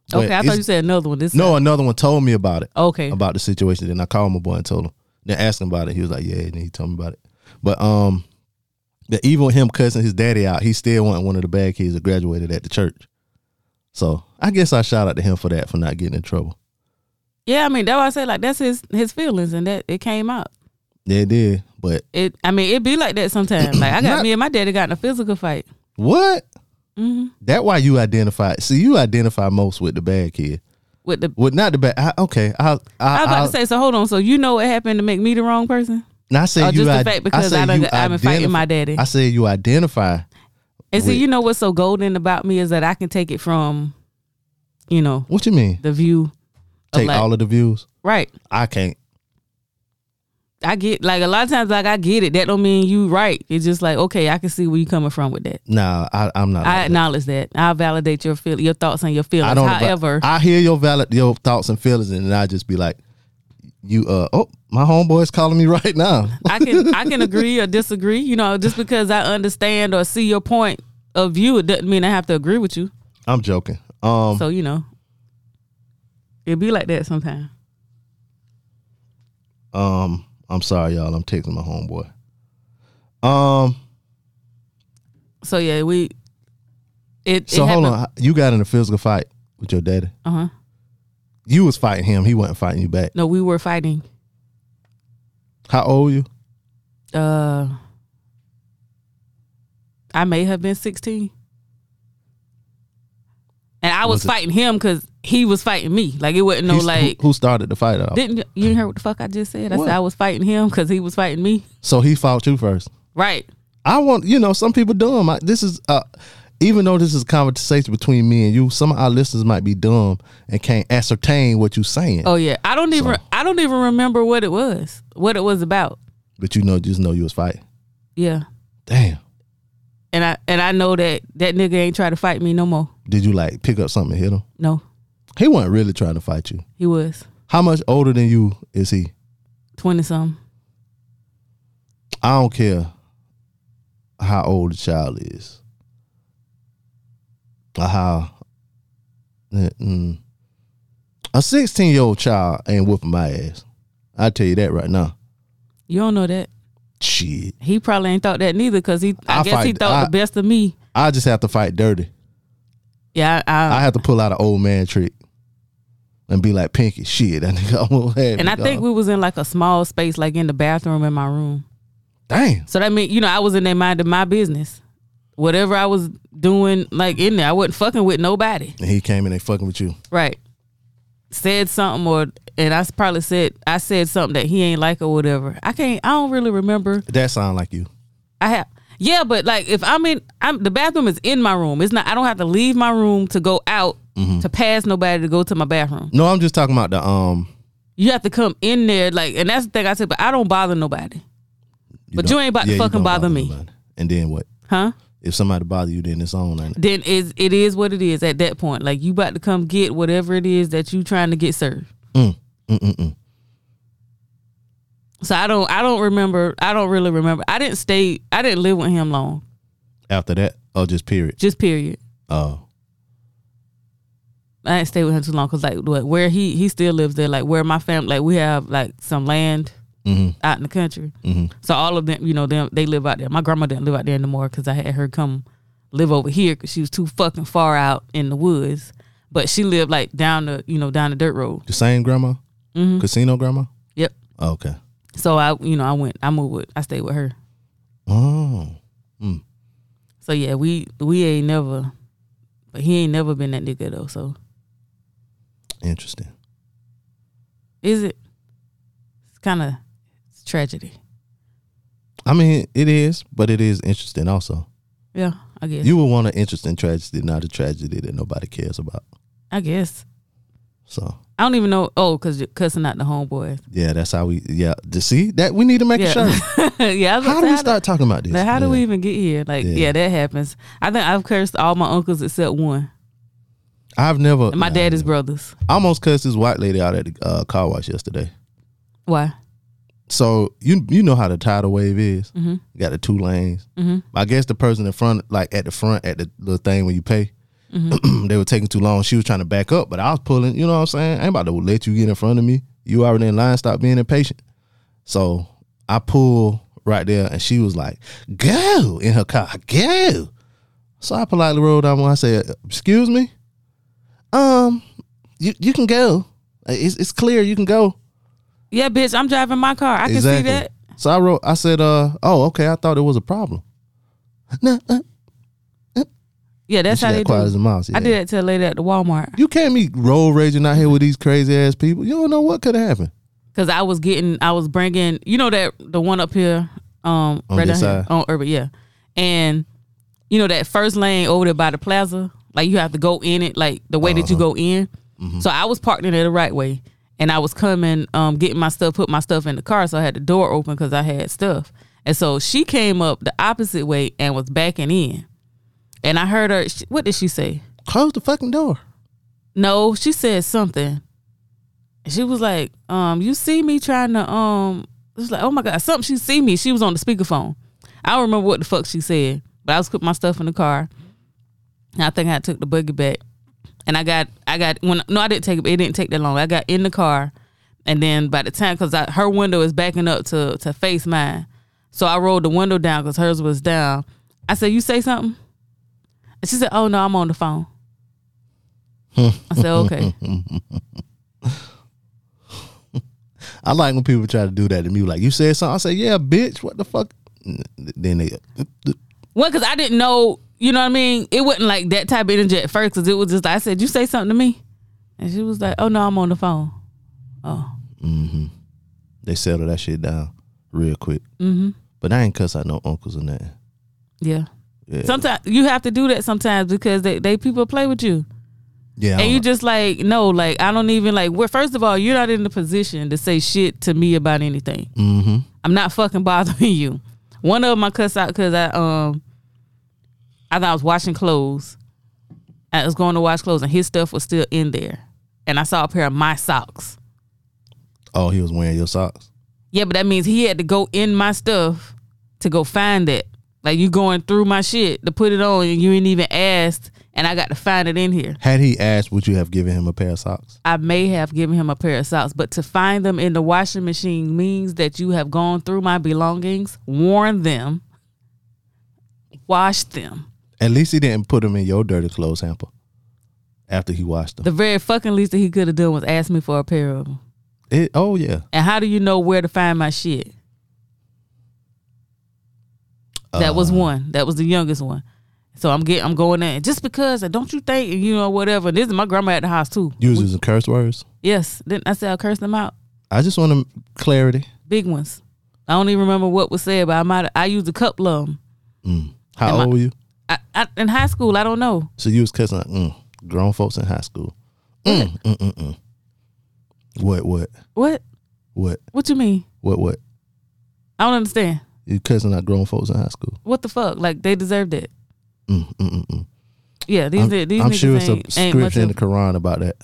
Speaker 5: But
Speaker 6: okay, I
Speaker 5: it's-
Speaker 6: thought you said another one. This
Speaker 5: no. Another one told me about it.
Speaker 6: Okay.
Speaker 5: about the situation. Then I called my boy and told him. Then asked him about it. He was like, "Yeah," and then he told me about it. But um, the even with him cussing his daddy out, he still wasn't one of the bad kids that graduated at the church. So I guess I shout out to him for that for not getting in trouble.
Speaker 6: yeah, I mean that's why I said like that's his his feelings and that it came out.
Speaker 5: Yeah, it did. But
Speaker 6: It I mean it be like
Speaker 5: *clears throat*
Speaker 6: that sometimes. Like I got me and my daddy got in a physical fight.
Speaker 5: what?
Speaker 6: Mm-hmm.
Speaker 5: That why you identify? See, you identify most with the bad kid.
Speaker 6: With the
Speaker 5: With not the bad. I, okay, I I,
Speaker 6: I was about
Speaker 5: I'll-
Speaker 6: to say, so hold on, so you know what happened to make me the wrong person?
Speaker 5: and I say
Speaker 6: Oh,
Speaker 5: you
Speaker 6: just the
Speaker 5: id-
Speaker 6: fact because
Speaker 5: say
Speaker 6: I done-
Speaker 5: you
Speaker 6: I've been fighting
Speaker 5: identif-
Speaker 6: my daddy.
Speaker 5: I say you identify.
Speaker 6: And see,
Speaker 5: With-
Speaker 6: you know what's so golden about me is that I can take it from, you know,
Speaker 5: What you mean?
Speaker 6: the view of
Speaker 5: Take
Speaker 6: like
Speaker 5: all of the views.
Speaker 6: right.
Speaker 5: I can't.
Speaker 6: I get like a lot of times like I get it. That don't mean you right. It's just like okay, I can see where you coming from with that.
Speaker 5: Nah, I, I'm not. like
Speaker 6: I
Speaker 5: that.
Speaker 6: acknowledge that. I validate your feel your thoughts and your feelings.
Speaker 5: I don't. but
Speaker 6: However,
Speaker 5: I *laughs* hear your valid your thoughts and feelings, and then I just be like, "You uh oh, my homeboy's calling me *laughs* right now."
Speaker 6: I can I can agree or disagree. You know, just because I understand or see your point of view, it doesn't mean I have to agree with you.
Speaker 5: I'm joking. Um,
Speaker 6: So you know, it be like that sometimes.
Speaker 5: um, I'm sorry, y'all. I'm texting my homeboy. Um,
Speaker 6: So yeah, we. It
Speaker 5: so
Speaker 6: it
Speaker 5: hold
Speaker 6: happened-
Speaker 5: on. You got in a physical fight with your daddy.
Speaker 6: Uh-huh.
Speaker 5: You was fighting him. He wasn't fighting you back.
Speaker 6: No, we were fighting.
Speaker 5: How old you?
Speaker 6: Uh, I may have been sixteen, and I was,
Speaker 5: Was it-
Speaker 6: fighting him because he was fighting me. Like it wasn't no
Speaker 5: He's- who-
Speaker 6: like.
Speaker 5: who, started the fight? Off?
Speaker 6: didn't you didn't hear what the fuck I just said? I
Speaker 5: Oh. What?
Speaker 6: said I was fighting him because he was fighting me.
Speaker 5: So he fought you first.
Speaker 6: Right.
Speaker 5: I want you know some people dumb. I, this is uh, even though this is a conversation between me and you, some of our listeners might be dumb and can't ascertain what you're saying.
Speaker 6: Oh yeah. I don't even
Speaker 5: So-
Speaker 6: I don't even remember what it was. What it was about.
Speaker 5: But you know, just know you was fighting.
Speaker 6: Yeah.
Speaker 5: Damn.
Speaker 6: And I and I know that that nigga ain't try to fight me no more.
Speaker 5: Did you like pick up something and hit him?
Speaker 6: No,
Speaker 5: He wasn't really trying to fight you.
Speaker 6: he was
Speaker 5: How much older than you is he?
Speaker 6: twenty something.
Speaker 5: I don't care how old the child is. Or how eh, mm. a sixteen year old child ain't whooping my ass. I tell you that right now.
Speaker 6: You don't know that.
Speaker 5: Shit.
Speaker 6: He probably ain't thought that neither because he I,
Speaker 5: I
Speaker 6: guess he
Speaker 5: fight-
Speaker 6: thought
Speaker 5: I-
Speaker 6: the best of me.
Speaker 5: I just have to fight dirty.
Speaker 6: Yeah, I,
Speaker 5: I have to pull out an old man trick and be like Pinky, shit, that nigga *laughs* almost had
Speaker 6: and
Speaker 5: me,
Speaker 6: I think
Speaker 5: dog."
Speaker 6: we was in like a small space, like in the bathroom in my room.
Speaker 5: damn,
Speaker 6: So that mean you know I was in their mind of my business, whatever I was doing, like in there, I wasn't fucking with nobody.
Speaker 5: and he came and they fucking with you.
Speaker 6: Right. Said something or and I s- probably said I said something that he ain't like or whatever. I can't. I don't really remember.
Speaker 5: That sound like you.
Speaker 6: I have. Yeah, but like if I'm in, I'm the bathroom is in my room. It's not. I don't have to leave my room to go out to pass nobody to go to my bathroom.
Speaker 5: No, I'm just talking about the um.
Speaker 6: You have to come in there, like, and that's the thing I said. But I don't bother nobody, But you
Speaker 5: don't-
Speaker 6: ain't about to
Speaker 5: yeah, you
Speaker 6: fucking
Speaker 5: don't
Speaker 6: bother me.
Speaker 5: nobody. And then what?
Speaker 6: huh?
Speaker 5: If somebody bother you, then it's on. ain't it?
Speaker 6: Then is it is what it is at that point. Like you about to come get whatever it is that you trying to get served.
Speaker 5: Mm, mm, mm, mm.
Speaker 6: So I don't I don't remember I don't really remember. I didn't stay I didn't live with him long.
Speaker 5: After that, oh, just period.
Speaker 6: Just period.
Speaker 5: Oh,
Speaker 6: I didn't stay with him too long because like what where he he still lives there like where my family like we have like some land out in the country so all of them you know them they live out there my grandma didn't live out there anymore because I had her come live over here because she was too fucking far out in the woods but she lived like down the you know down the dirt road
Speaker 5: the same grandma,
Speaker 6: Mm-hmm.
Speaker 5: casino grandma. Oh,
Speaker 6: yep
Speaker 5: Okay.
Speaker 6: so I you know I went I moved with I stayed with her
Speaker 5: Oh,
Speaker 6: so yeah we we ain't never but he ain't never been that nigga though so
Speaker 5: interesting.
Speaker 6: is it it's kind of tragedy
Speaker 5: I mean, it is, but it is interesting also.
Speaker 6: yeah I guess
Speaker 5: You would want an interesting tragedy, not a tragedy that nobody cares about.
Speaker 6: I guess
Speaker 5: So
Speaker 6: I don't even know. Oh, because you're cussing out the homeboys.
Speaker 5: yeah, that's how we. Yeah, to see that we need to make
Speaker 6: Yeah.
Speaker 5: a
Speaker 6: *laughs*
Speaker 5: show.
Speaker 6: yeah. I was
Speaker 5: How
Speaker 6: like,
Speaker 5: do we start talking about this?
Speaker 6: like, how do
Speaker 5: Yeah.
Speaker 6: we even get here? Like,
Speaker 5: Yeah.
Speaker 6: yeah. that happens. I think I've cursed all my uncles except one.
Speaker 5: I've never.
Speaker 6: And my
Speaker 5: nah,
Speaker 6: daddy's brothers.
Speaker 5: I almost cussed this white lady out at the uh, car wash yesterday.
Speaker 6: Why?
Speaker 5: So you you know how the tidal wave is. Mm-hmm. You got the two lanes. Mm-hmm. I guess the person in front, like at the front, at the little thing when you pay, *clears throat* they were taking too long. She was trying to back up, but I was pulling. You know what I'm saying? I ain't about to let you get in front of me. You already in line. Stop being impatient. So I pull right there, and she was like, "Go!" in her car. Go. So I politely rolled down. I said, "Excuse me. Um, you you can go. It's it's clear. You can go."
Speaker 6: Yeah, bitch, I'm driving my car. I can see that.
Speaker 5: So I wrote. I said, "Uh, oh, okay. I thought it was a problem." Nah, uh,
Speaker 6: Yeah, that's
Speaker 5: she
Speaker 6: how
Speaker 5: got
Speaker 6: they do.
Speaker 5: quiet as a mouse.
Speaker 6: I did that to a lady at the Walmart
Speaker 5: You can't be road raging out here with these crazy ass people. You don't know what could have happened.
Speaker 6: because I was getting, I was bringing, you know that the one up here, um,
Speaker 5: On
Speaker 6: right
Speaker 5: this
Speaker 6: down here,
Speaker 5: side?
Speaker 6: on Urban, yeah, and you know that first lane over there by the plaza, like you have to go in it, like the way that
Speaker 5: Uh-huh.
Speaker 6: you go in.
Speaker 5: Mm-hmm.
Speaker 6: So I was parked in there the right way, and I was coming, um, getting my stuff, put my stuff in the car, so I had the door open because I had stuff, and so she came up the opposite way and was backing in, and I heard her. She, what did she say?
Speaker 5: Close the fucking door.
Speaker 6: No, she said something. She was like, um, you see me trying to um it was like, oh my god, something she see me. She was on the speakerphone. I don't remember what the fuck she said, but I was putting my stuff in the car. And I think I took the buggy back. And I got I got when no, I didn't take it, it didn't take that long. I got in the car and then by the time cause I, her window is backing up to to face mine. So I rolled the window down because hers was down. I said, You say something? And she said, Oh no, I'm on the phone. I said, Okay.
Speaker 5: I like when people try to do that to me. Like you said something. I say, "Yeah, bitch. What the fuck?" N- Then they.
Speaker 6: Well, because I didn't know, you know what I mean? It wasn't like that type of energy at first because it was just, I said, You say something to me? And she was like, Oh, no, I'm on the phone. Oh,
Speaker 5: they settle that shit down real quick. Mm-hmm. But I ain't cuss out no uncles or nothing.
Speaker 6: Yeah. Sometimes you have to do that sometimes because they, they people play with you.
Speaker 5: Yeah, I
Speaker 6: And you
Speaker 5: don't-
Speaker 6: just like, no, like, I don't even like, well, first of all, you're not in the position to say shit to me about anything. Mm-hmm. I'm not fucking bothering you. One of my cuss out because I, um, I thought I was washing clothes. I was going to wash clothes and his stuff was still in there. And I saw a pair of my socks.
Speaker 5: oh, he was wearing your socks.
Speaker 6: Yeah, but that means he had to go in my stuff to go find it. Like you going through my shit to put it on and you ain't even asked and I got to find it in here.
Speaker 5: Had he asked, would you have given him a pair of socks?
Speaker 6: I may have given him a pair of socks, but to find them in the washing machine means that you have gone through my belongings, worn them, washed them.
Speaker 5: At least he didn't put them in your dirty clothes hamper after he washed them.
Speaker 6: The very fucking least that he could have done was ask me for a pair of them.
Speaker 5: It, oh yeah,
Speaker 6: And how do you know where to find my shit? That was one. That was the youngest one. So I'm getting, I'm going in. Just because, don't you think, you know, whatever. This is my grandma at the house too.
Speaker 5: uses the curse words.
Speaker 6: Yes. Then I said I cursed them out.
Speaker 5: I just want to clarity.
Speaker 6: Big ones. I don't even remember what was said, but I might. I used a couple of them.
Speaker 5: How
Speaker 6: Am I-
Speaker 5: old were you?
Speaker 6: I, I, in high school, I don't know.
Speaker 5: So you was cussing like mm, grown folks in high school. Mm, mm, mm, mm. What? What?
Speaker 6: What?
Speaker 5: What?
Speaker 6: What you mean?
Speaker 5: What? What?
Speaker 6: I don't understand.
Speaker 5: You cussing out grown folks in high school?
Speaker 6: What the fuck? Like they deserved it.
Speaker 5: Mm, mm, mm, mm.
Speaker 6: Yeah, these
Speaker 5: I'm,
Speaker 6: i these
Speaker 5: I'm
Speaker 6: niggas
Speaker 5: sure it's a
Speaker 6: ain't, ain't much
Speaker 5: scripture in the
Speaker 6: of,
Speaker 5: Quran about that.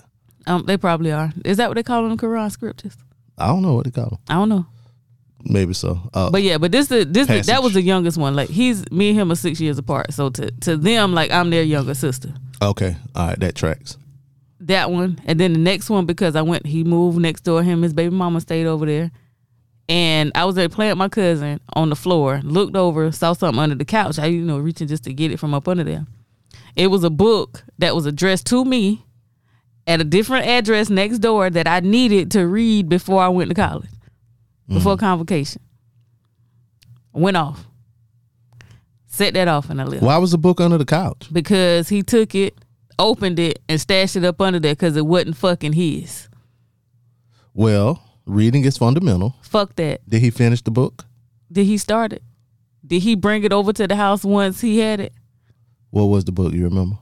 Speaker 6: um, They probably are. Is that what they call them, Quran scriptures?
Speaker 5: I don't know what they call them.
Speaker 6: I don't know.
Speaker 5: Maybe so. Uh,
Speaker 6: But yeah, but this the this the,
Speaker 5: Passage.
Speaker 6: that was the youngest one. Like he's me and him are six years apart. So to to them, like I'm their younger sister.
Speaker 5: okay. All right. That tracks.
Speaker 6: That one, and then the next one because I went. He moved next door. Him, his baby mama stayed over there, and I was there playing with my cousin on the floor. Looked over, saw something under the couch. I you know reaching just to get it from up under there. It was a book that was addressed to me at a different address next door that I needed to read before I went to college, before convocation. Went off. Set that off and I left
Speaker 5: Why was the book under the couch?
Speaker 6: because he took it, opened it, and stashed it up under there because it wasn't fucking his.
Speaker 5: Well, reading is fundamental.
Speaker 6: Fuck that.
Speaker 5: Did he finish the book?
Speaker 6: Did he start it? Did he bring it over to the house once he had it?
Speaker 5: What was the book? You remember?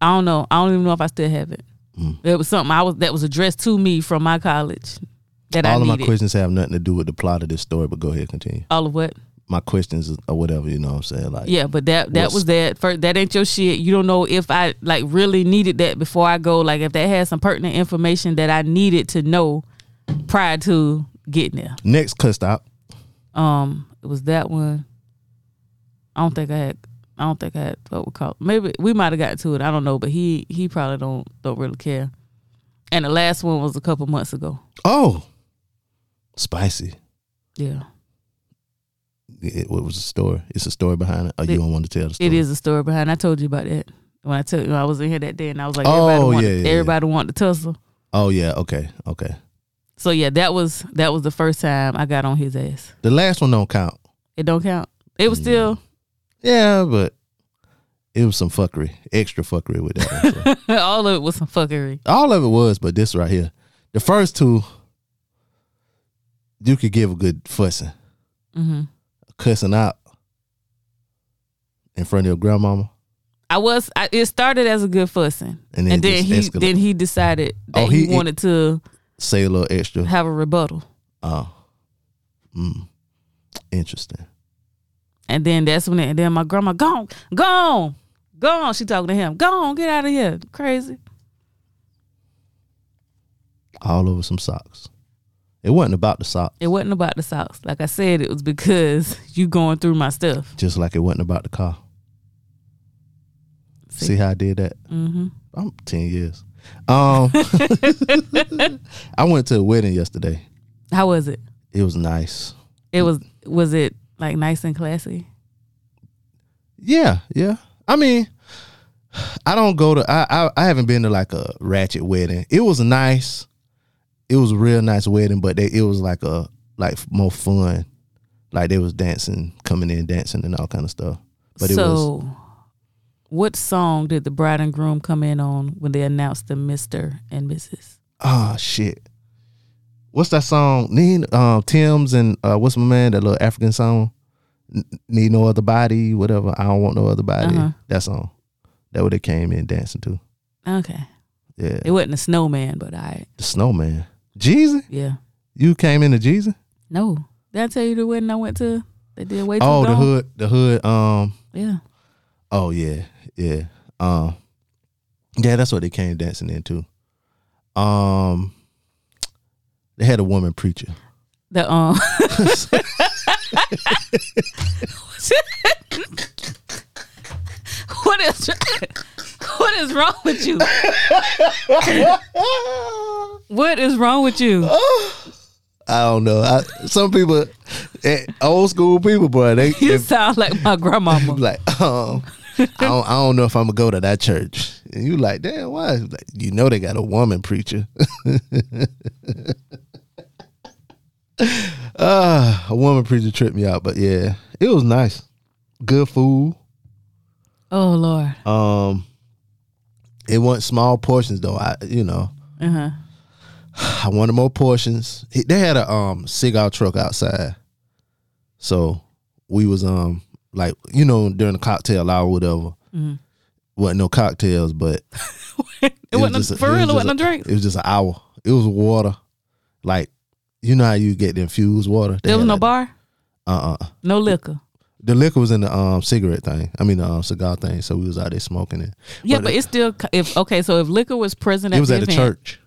Speaker 6: I don't know. I don't even know if I still have it.
Speaker 5: Mm.
Speaker 6: It was something I was that was addressed to me from my college that I
Speaker 5: All of
Speaker 6: needed.
Speaker 5: my questions have nothing to do with the plot of this story, but go ahead, continue.
Speaker 6: All of what?
Speaker 5: My questions is- or whatever, you know what I'm saying? Like,
Speaker 6: Yeah, but that that
Speaker 5: What's-
Speaker 6: was that. First, that ain't your shit. You don't know if I like really needed that before I go. Like if that had some pertinent information that I needed to know prior to getting there.
Speaker 5: Next cussed out.
Speaker 6: Um, it was that one. I don't think I had. I don't think I had what we call. Maybe we might have got to it. I don't know, but he he probably don't don't really care. And the last one was a couple months ago.
Speaker 5: Oh, spicy.
Speaker 6: Yeah,
Speaker 5: It, what was the story? It's a story behind it. Oh, you
Speaker 6: It-
Speaker 5: don't want to tell the story.
Speaker 6: it is a story behind. I told you about that when I told you I was in here that day, and I was like,
Speaker 5: Oh,
Speaker 6: everybody want,
Speaker 5: yeah, yeah, yeah.
Speaker 6: everybody want to tussle.
Speaker 5: Oh yeah. Okay. Okay.
Speaker 6: So yeah, that was that was the first time I got on his ass.
Speaker 5: The last one don't count.
Speaker 6: It don't count. It was still
Speaker 5: Yeah, but it was some fuckery, extra fuckery with that. One, so.
Speaker 6: *laughs* all of it was some fuckery.
Speaker 5: All of it was, but this right here, the first two, you could give a good fussing,
Speaker 6: hmm
Speaker 5: cussing out in front of your grandmama.
Speaker 6: I was. I, it started as a good fussing,
Speaker 5: And
Speaker 6: and
Speaker 5: then
Speaker 6: then,
Speaker 5: it
Speaker 6: he
Speaker 5: just escalated.
Speaker 6: then he decided that
Speaker 5: Oh, he-
Speaker 6: he,
Speaker 5: he-
Speaker 6: wanted to
Speaker 5: Say a little extra.
Speaker 6: have a rebuttal,
Speaker 5: Oh, mm, interesting.
Speaker 6: and then that's when. It, and then my grandma gone, gone, gone. She talking to him, gone, get out of here, crazy.
Speaker 5: All over some socks. It wasn't about the socks,
Speaker 6: It wasn't about the socks, like I said. It was because you going through my stuff.
Speaker 5: just like it wasn't about the car. See,
Speaker 6: See.
Speaker 5: how I did that? Mm-hmm. I'm ten years. Um, *laughs* I went to a wedding yesterday.
Speaker 6: How was it?
Speaker 5: It was nice.
Speaker 6: It was. Was it like nice and classy?
Speaker 5: Yeah, yeah. I mean, I don't go to. I, I I haven't been to like a ratchet wedding. It was nice. It was a real nice wedding, but they, it was like a like more fun. Like they was dancing, coming in dancing and all kind of stuff. But it was
Speaker 6: so, what song did the bride and groom come in on when they announced the Mister and Mrs.
Speaker 5: ah shit. What's that song? Need um Tim's and uh what's my man that little African song? N- Need no other body, whatever. I don't want no other body.
Speaker 6: Uh-huh.
Speaker 5: That song. That what they came in dancing to.
Speaker 6: Okay,
Speaker 5: Yeah,
Speaker 6: it wasn't a snowman, but I
Speaker 5: the snowman. Jeezy.
Speaker 6: yeah.
Speaker 5: You came into Jesus?
Speaker 6: No. Did I tell you the wedding I went to? They did way too
Speaker 5: Oh, the
Speaker 6: long.
Speaker 5: hood, the hood. Um,
Speaker 6: Yeah.
Speaker 5: oh yeah, yeah. Um, yeah, that's what they came dancing into. Um, they had a woman preacher.
Speaker 6: The um *laughs* What is What is wrong with you? what is wrong with you?
Speaker 5: I don't know. I, some people, eh, old school people, boy, they
Speaker 6: You
Speaker 5: if-
Speaker 6: sound like my grandmama.
Speaker 5: *laughs* like, um, I don't, I don't know if I'm gonna go to that church. And you like, damn, why? Like, you know they got a woman preacher. *laughs* Ah, a woman preacher tripped me out, but yeah, it was nice. Good food.
Speaker 6: oh Lord.
Speaker 5: Um, it wasn't small portions though. I, you know,
Speaker 6: Uh-huh.
Speaker 5: I wanted more portions. He- They had a um cigar truck outside, so we was um like you know during the cocktail hour or whatever.
Speaker 6: Mm-hmm.
Speaker 5: Wasn't no cocktails, but
Speaker 6: it, wasn't
Speaker 5: just
Speaker 6: a,
Speaker 5: a-
Speaker 6: for real, it
Speaker 5: just
Speaker 6: wasn't
Speaker 5: a-
Speaker 6: a drink.
Speaker 5: It was just an hour. It was water, like you know how you get the infused water. They
Speaker 6: There was
Speaker 5: had
Speaker 6: no
Speaker 5: that-
Speaker 6: bar,
Speaker 5: Uh-uh.
Speaker 6: no liquor.
Speaker 5: The liquor was in the um cigarette thing. I mean the um, cigar thing. So we was out there smoking it.
Speaker 6: Yeah, but, it's still if okay. So if liquor was present, at
Speaker 5: it was
Speaker 6: the
Speaker 5: at the
Speaker 6: event,
Speaker 5: church.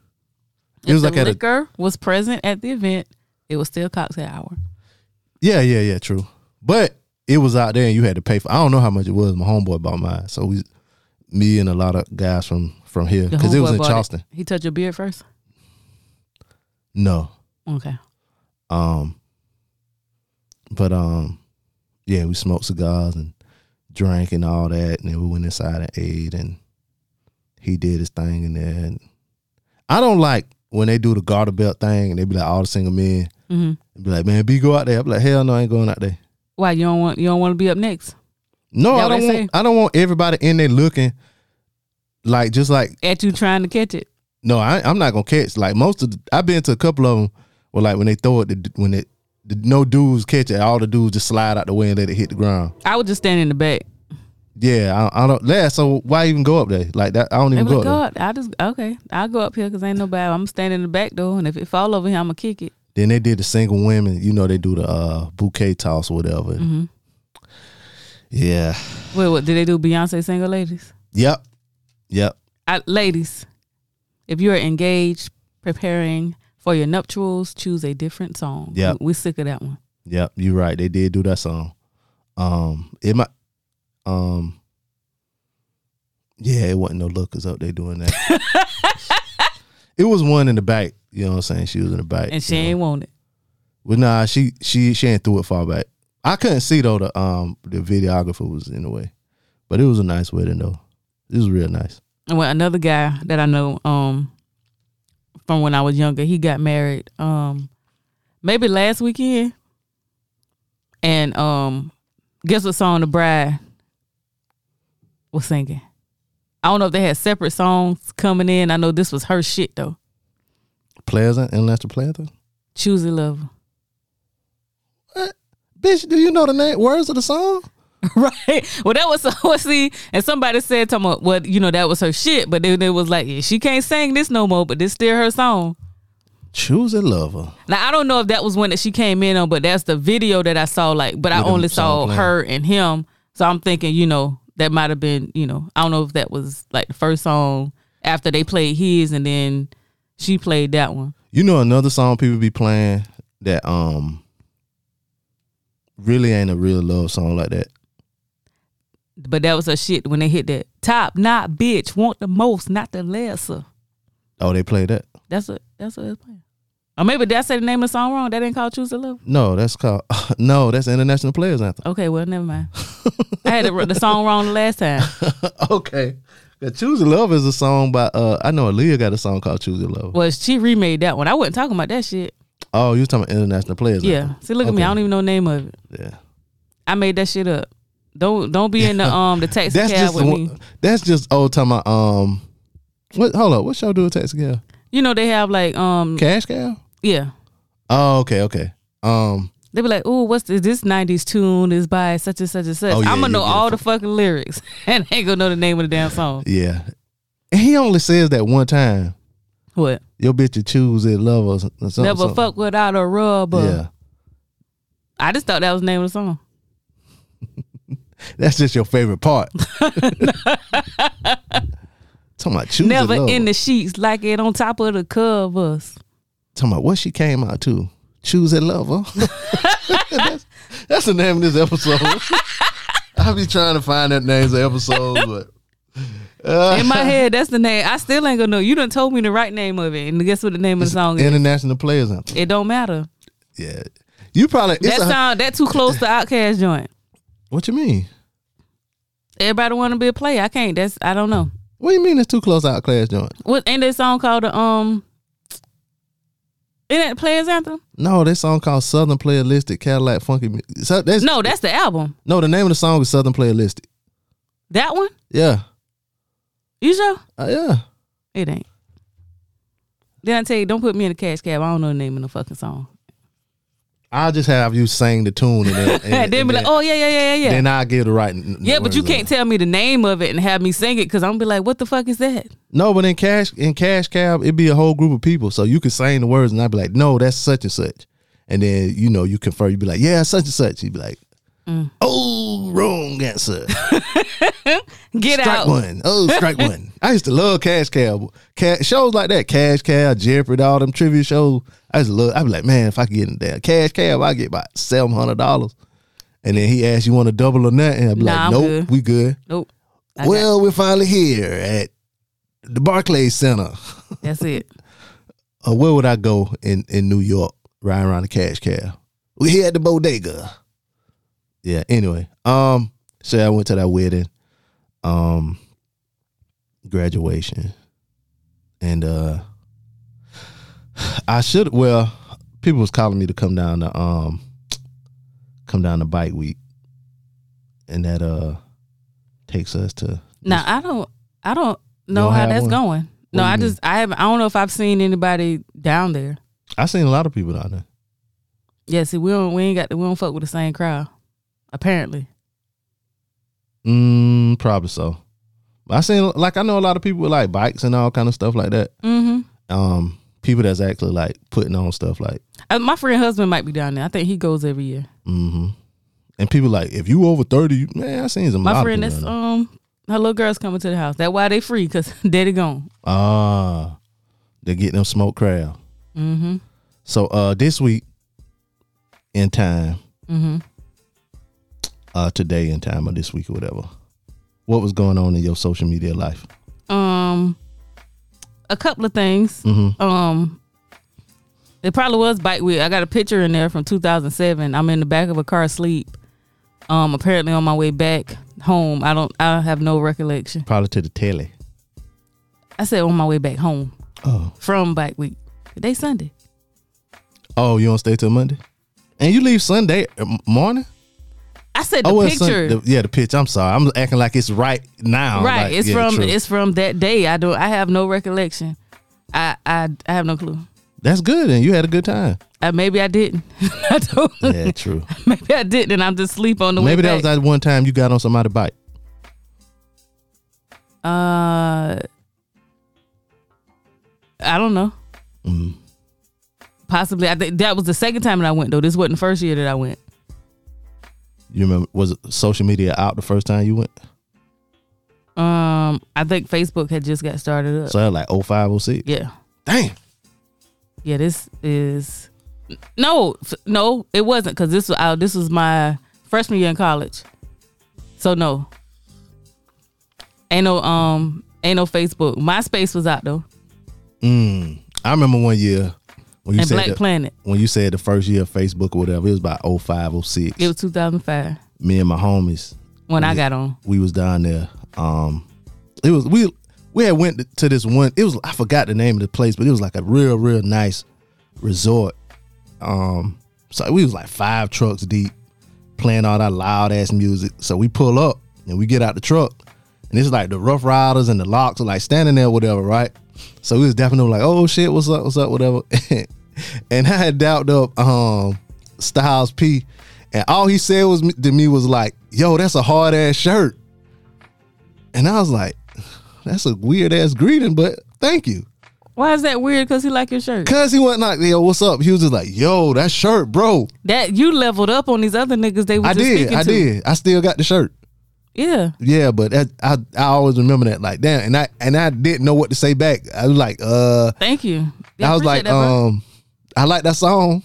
Speaker 5: It
Speaker 6: if
Speaker 5: was
Speaker 6: the
Speaker 5: like at a
Speaker 6: liquor was present at the event. It was still cocktail hour.
Speaker 5: Yeah, yeah, yeah, true. But it was out there and you had to pay for I don't know how much it was. My homeboy bought mine. So we me and a lot of guys from from here.
Speaker 6: The
Speaker 5: Because it was
Speaker 6: homeboy
Speaker 5: in
Speaker 6: bought
Speaker 5: Charleston.
Speaker 6: He touched your beard first.
Speaker 5: No.
Speaker 6: Okay.
Speaker 5: Um but um yeah, we smoked cigars and drank and all that and then we went inside and ate and he did his thing in there and I don't like when they do the garter belt thing and they be like all the single men
Speaker 6: Mm-hmm.
Speaker 5: be like, Man, B go out there. I'm like, hell no, I ain't going out there.
Speaker 6: Why you don't want you don't want to be up next
Speaker 5: No,
Speaker 6: That
Speaker 5: I
Speaker 6: what
Speaker 5: don't
Speaker 6: they
Speaker 5: want. I don't want everybody in there looking like just like
Speaker 6: at you trying to catch it?
Speaker 5: no. I, I'm not gonna catch like most of. The, I've been to a couple of them where like when they throw it, the, when it the, no dudes catch it, all the dudes just slide out the way and let it hit the ground.
Speaker 6: I would just stand in the back.
Speaker 5: Yeah, I, I don't. Yeah, so why even go up there? Like that, I don't
Speaker 6: They
Speaker 5: even
Speaker 6: be
Speaker 5: go
Speaker 6: like,
Speaker 5: up there.
Speaker 6: God, I just okay. I'll go up here because ain't nobody. I'm standing in the back door, and if it fall over here, I'ma kick it.
Speaker 5: Then they did the single women. You know, they do the uh, bouquet toss or whatever.
Speaker 6: Mm-hmm.
Speaker 5: Yeah.
Speaker 6: Wait, what did they do? Beyonce single ladies.
Speaker 5: Yep. Yep.
Speaker 6: I, ladies, if you are engaged, preparing for your nuptials, choose a different song.
Speaker 5: Yeah.
Speaker 6: we, we sick of that one.
Speaker 5: Yep, you're right. They did do that song. Um, it might, um, yeah, it wasn't no lookers up there doing that.
Speaker 6: *laughs*
Speaker 5: it was one in the back. You know what I'm saying? She was in the back.
Speaker 6: And she
Speaker 5: you know.
Speaker 6: ain't want it.
Speaker 5: Well, nah, she she she ain't threw it far back. I couldn't see though. The um the videographer was in the way, but it was a nice wedding though. It was real nice.
Speaker 6: And well, another guy that I know um from when I was younger, he got married um maybe last weekend. And um guess what song the bride was singing? I don't know if they had separate songs coming in. I know this was her shit though.
Speaker 5: Pleasant and Lester Pleasant.
Speaker 6: Choose a lover. *laughs*
Speaker 5: Bitch, do you know the name words of the song?
Speaker 6: right. Well, that was *laughs* so see, and somebody said talking about well, you know, that was her shit, but then it was like, yeah, she can't sing this no more, but this still her song.
Speaker 5: Choose a lover.
Speaker 6: Now I don't know if that was one that she came in on, but that's the video that I saw. Like, but I
Speaker 5: With them
Speaker 6: only saw
Speaker 5: song playing.
Speaker 6: her and him, so I'm thinking, you know, that might have been, you know, I don't know if that was like the first song after they played his, and then she played that one.
Speaker 5: You know another song people be playing that um really ain't a real love song like that.
Speaker 6: But that was her shit when they hit that top knot, bitch. Want the most, not the lesser.
Speaker 5: Oh, they play that?
Speaker 6: That's what that's what it's playing. Or maybe did I say the name of the song wrong? That ain't called Choose to Love.
Speaker 5: No, that's called *laughs* no. That's International Players Anthem.
Speaker 6: Okay, well never mind. I had the, the song wrong the last time.
Speaker 5: *laughs* okay, the Choose Your Love is a song by uh I know Aaliyah got a song called Choose Your Love.
Speaker 6: Well, she remade that one. I wasn't talking about that shit.
Speaker 5: Oh, you was talking about International Players?
Speaker 6: Yeah. See, look at me. I don't even know the name of it.
Speaker 5: Anthem. Yeah.
Speaker 6: I made that shit up. Don't don't be
Speaker 5: *laughs*
Speaker 6: in the um the taxi
Speaker 5: That's
Speaker 6: cab
Speaker 5: just
Speaker 6: with
Speaker 5: the one,
Speaker 6: me.
Speaker 5: that's just old time. I, um, what? Hold up. What y'all do a taxi cab?
Speaker 6: You know they have like um
Speaker 5: Cash cab?
Speaker 6: yeah.
Speaker 5: Oh, okay, okay. Um,
Speaker 6: They be like, "Ooh, what's this? This '90s tune is by such and such and such."
Speaker 5: Oh, yeah,
Speaker 6: I'm gonna
Speaker 5: you
Speaker 6: know
Speaker 5: get it
Speaker 6: all the
Speaker 5: from-
Speaker 6: fucking lyrics, *laughs* and I ain't gonna know the name of the damn song.
Speaker 5: yeah. He only says that one time.
Speaker 6: What?
Speaker 5: Your bitch you choose it, love or something.
Speaker 6: Never
Speaker 5: something.
Speaker 6: fuck without a rubber.
Speaker 5: Yeah,
Speaker 6: I just thought that was the name of the song.
Speaker 5: that's just your favorite part. *laughs* Talking about choose
Speaker 6: Never
Speaker 5: a lover.
Speaker 6: in the sheets, like it on top of the covers.
Speaker 5: Talking about what she came out to. Choose a lover. *laughs* that's, that's the name of this episode. *laughs* I'll be trying to find that names of episodes,
Speaker 6: *laughs*
Speaker 5: but *laughs*
Speaker 6: In my head, that's the name. I still ain't gonna know. You done told me the right name of it, and guess what the name of the song is?
Speaker 5: International Players Anthem.
Speaker 6: It don't matter.
Speaker 5: Yeah. You probably it's
Speaker 6: That
Speaker 5: a,
Speaker 6: sound that too close to Outcast joint.
Speaker 5: What you mean?
Speaker 6: Everybody want to be a player. I can't. That's I don't know.
Speaker 5: What do you mean it's too close out class joint?
Speaker 6: What ain't that song called the um? Isn't that the Players Anthem?
Speaker 5: No, that song called Southern Player Listed Cadillac Funky Mu- so that's,
Speaker 6: No, that's the album.
Speaker 5: No, the name of the song is Southern Player Listed.
Speaker 6: That one.
Speaker 5: Yeah.
Speaker 6: You sure?
Speaker 5: Uh, yeah.
Speaker 6: It ain't. Then I tell you, don't put me in a cash cab. I don't know the name of the fucking song.
Speaker 5: I'll just have you sing the tune
Speaker 6: *laughs*
Speaker 5: and then, and,
Speaker 6: And, then
Speaker 5: and
Speaker 6: be like, oh yeah, yeah, yeah, yeah, yeah.
Speaker 5: Then I'll give the right. n-
Speaker 6: Yeah, but
Speaker 5: words
Speaker 6: you
Speaker 5: of
Speaker 6: can't
Speaker 5: it.
Speaker 6: tell me the name of it and have me sing it because I'm gonna be like, what the fuck is that?
Speaker 5: No, but in cash in cash cab, it'd be a whole group of people, so you could sing the words, and I'd be like, no, that's such and such, and then you know you confer, you'd be
Speaker 6: Mm.
Speaker 5: like, yeah, such and such, you'd be like, oh, wrong answer.
Speaker 6: Get
Speaker 5: strike
Speaker 6: out.
Speaker 5: one. Oh,
Speaker 6: *laughs*
Speaker 5: strike one. I used to love Cash Cab. Ca- shows like that, Cash Cab, Jeopardy, all them trivia shows. I used to love. I'd be like, man, if I could get in there, Cash Cab, I get about seven hundred dollars. And then he asked, you want to double or nothing? I'd be
Speaker 6: Nah,
Speaker 5: like,
Speaker 6: I'm
Speaker 5: nope,
Speaker 6: good.
Speaker 5: we good.
Speaker 6: Nope. I got-
Speaker 5: well, we're finally here at the Barclays Center.
Speaker 6: that's it.
Speaker 5: Uh, where would I go in in New York? Riding around the Cash Cab. We here at the bodega. Yeah. Anyway, um, so I went to that wedding, um, graduation, and uh, I should well, people was calling me to come down to um, come down to Bike Week, and that uh takes us to
Speaker 6: Now I don't. I don't know
Speaker 5: don't
Speaker 6: how
Speaker 5: have
Speaker 6: that's
Speaker 5: one?
Speaker 6: going. No,
Speaker 5: do
Speaker 6: I
Speaker 5: you
Speaker 6: just I haven't. I don't know if I've seen anybody down there.
Speaker 5: I seen a lot of people down there.
Speaker 6: Yeah, see, we don't we ain't got the we don't fuck with the same crowd. Apparently,
Speaker 5: Mm, probably so. But I seen like I know a lot of people with like bikes and all kind of stuff like that.
Speaker 6: mm-hmm.
Speaker 5: Um, people that's actually like putting on stuff like,
Speaker 6: Uh, my friend husband might be down there. I think he goes every year.
Speaker 5: mm-hmm. and people like if you over thirty, you, man, I seen some.
Speaker 6: My
Speaker 5: lot
Speaker 6: friend,
Speaker 5: of
Speaker 6: that's
Speaker 5: people down
Speaker 6: um, her little girl's coming to the house. That why they free because *laughs* daddy gone.
Speaker 5: there. ah, they get them smoke crowd.
Speaker 6: Mm-hmm.
Speaker 5: So uh, this week in time,
Speaker 6: Mm-hmm.
Speaker 5: uh, today in time or this week or whatever, what was going on in your social media life?
Speaker 6: um a couple of things.
Speaker 5: Mm-hmm.
Speaker 6: Um it probably was bike week. I got a picture in there from 2007. I'm in the back of a car asleep. Um apparently on my way back home. I don't I have no recollection.
Speaker 5: Probably to the telly.
Speaker 6: I said on my way back home
Speaker 5: Oh,
Speaker 6: from bike week. Today Sunday.
Speaker 5: oh, you don't stay till Monday, and you leave Sunday uh, morning. Oh,
Speaker 6: I said the
Speaker 5: well,
Speaker 6: picture.
Speaker 5: son- the- yeah, the picture. I'm sorry. I'm acting like it's right now.
Speaker 6: right.
Speaker 5: Like,
Speaker 6: it's
Speaker 5: yeah,
Speaker 6: from
Speaker 5: true.
Speaker 6: it's from that day. I don't I have no recollection. I I I have no clue.
Speaker 5: That's good, and you had a good
Speaker 6: *laughs*
Speaker 5: time.
Speaker 6: Uh, maybe I didn't. *laughs* I don't.
Speaker 5: Yeah, true.
Speaker 6: *laughs* Maybe I didn't, and I'm just sleep on the way
Speaker 5: Maybe that was
Speaker 6: back.
Speaker 5: that one time you got on somebody's bike.
Speaker 6: Uh, I don't know.
Speaker 5: Mm-hmm.
Speaker 6: Possibly, I think that was the second time that I went though. This wasn't the first year that I went.
Speaker 5: You remember? Was it social media out the first time you went?
Speaker 6: Um, I think Facebook had just got started up.
Speaker 5: So that was like 05, 06.
Speaker 6: yeah,
Speaker 5: Damn.
Speaker 6: yeah. This is no, f- no. It wasn't because this was uh, this was my freshman year in college. So no, ain't no um, ain't no Facebook. MySpace was out though,
Speaker 5: I remember one year when you
Speaker 6: and
Speaker 5: said
Speaker 6: Black
Speaker 5: that-
Speaker 6: Planet.
Speaker 5: when you said the first year of Facebook or whatever. It was about 05, 06.
Speaker 6: It was 2005
Speaker 5: Me and my homies,
Speaker 6: when I got on.
Speaker 5: we was down there. Um, it was we we had went to this one. It was I forgot the name of the place, but it was like a real real nice resort. Um, so we was like five trucks deep, playing all that loud ass music. So we pull up and we get out the truck, and it's like the Rough Riders and the Locks are like standing there, whatever, right? So we was definitely like, oh shit, what's up, what's up, whatever. *laughs* and I had doubted up um Styles P, and all he said was to me was like, yo, that's a hard ass shirt. And I was like, that's a weird ass greeting, but thank you.
Speaker 6: Why is that weird? Because he like your shirt.
Speaker 5: Cause he wasn't like, yo, what's up? He was just like, yo, that shirt, bro.
Speaker 6: That you leveled up on these other niggas they was
Speaker 5: I
Speaker 6: just
Speaker 5: did,
Speaker 6: speaking
Speaker 5: I
Speaker 6: to.
Speaker 5: did. I still got the shirt.
Speaker 6: Yeah.
Speaker 5: Yeah, but that, I I always remember that like damn, and I and I didn't know what to say back. I was like, uh,
Speaker 6: Thank you. Yeah,
Speaker 5: I was
Speaker 6: appreciate
Speaker 5: like,
Speaker 6: that, bro.
Speaker 5: um, I like that song.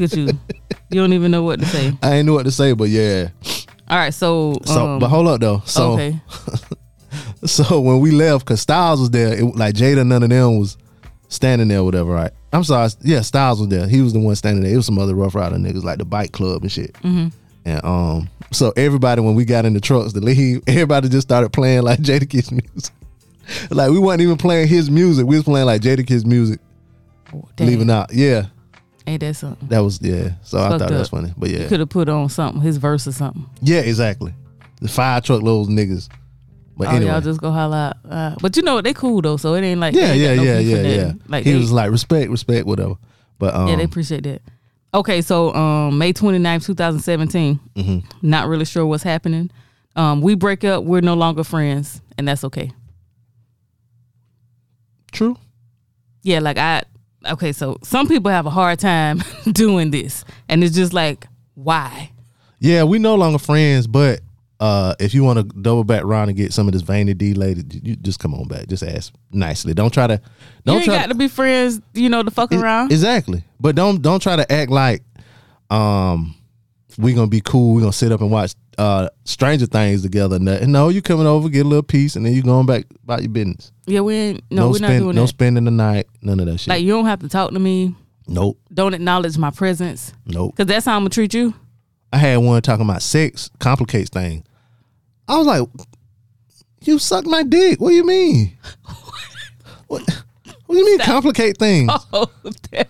Speaker 5: *laughs*
Speaker 6: at you. You don't even know what to say.
Speaker 5: I ain't know what to say, but yeah.
Speaker 6: All right, so
Speaker 5: So,
Speaker 6: um,
Speaker 5: but hold up though. So,
Speaker 6: okay.
Speaker 5: *laughs* so when we left, cause Styles was there, it, like Jada, none of them was standing there, or whatever. Right? I'm sorry. Yeah, Styles was there. He was the one standing there. It was some other Rough Rider niggas, like the Bike Club and shit.
Speaker 6: Mm-hmm.
Speaker 5: And um, so everybody when we got in the trucks to leave, *laughs* everybody just started playing like Jada Kiss music. *laughs* like we wasn't even playing his music. We was playing like Jada Kiss music.
Speaker 6: Damn,
Speaker 5: Leaving out, yeah,
Speaker 6: Ain't that something?
Speaker 5: that was yeah. So I
Speaker 6: Fucked
Speaker 5: thought that was
Speaker 6: up.
Speaker 5: funny, but
Speaker 6: You
Speaker 5: yeah,
Speaker 6: could have put on something, his verse or something.
Speaker 5: yeah, exactly. The five truckloads niggas. But
Speaker 6: Oh,
Speaker 5: anyway,
Speaker 6: y'all just go holla. out. Uh, but you know what? They cool though, so it ain't like
Speaker 5: yeah,
Speaker 6: they
Speaker 5: yeah,
Speaker 6: ain't got no
Speaker 5: yeah,
Speaker 6: beef
Speaker 5: yeah,
Speaker 6: or
Speaker 5: yeah.
Speaker 6: nothing. Like
Speaker 5: he
Speaker 6: they,
Speaker 5: was like respect, respect, whatever. But um,
Speaker 6: yeah, they appreciate that. Okay, so um, May 29th, 2017.
Speaker 5: Mm-hmm.
Speaker 6: Not really sure what's happening. Um, we break up. We're no longer friends, and that's okay.
Speaker 5: true.
Speaker 6: yeah, like I okay, so some people have a hard time *laughs* doing this, and it's just like why?
Speaker 5: Yeah, we no longer friends, but Uh, if you want to double back round and get some of this Vanity D lady, you just come on back. Just ask nicely. Don't try to. Don't
Speaker 6: you ain't
Speaker 5: try
Speaker 6: got to be friends, you know, to fuck
Speaker 5: Ex-
Speaker 6: around.
Speaker 5: Exactly. But don't don't try to act like um we gonna be cool, we gonna sit up and watch uh Stranger Things together and nothing. No, you coming over, get a little piece, and then you going back about your business.
Speaker 6: yeah, we ain't, no, we're
Speaker 5: spend,
Speaker 6: not doing
Speaker 5: no
Speaker 6: that.
Speaker 5: spending the night, none of that shit.
Speaker 6: like, you don't have to talk to me.
Speaker 5: nope,
Speaker 6: Don't acknowledge my presence.
Speaker 5: nope.
Speaker 6: Because that's how I'm going to treat you.
Speaker 5: I had one talking about sex complicates things. I was like, You suck my dick. What do you
Speaker 6: *laughs*
Speaker 5: mean? what what do you mean complicate things?
Speaker 6: Oh, damn.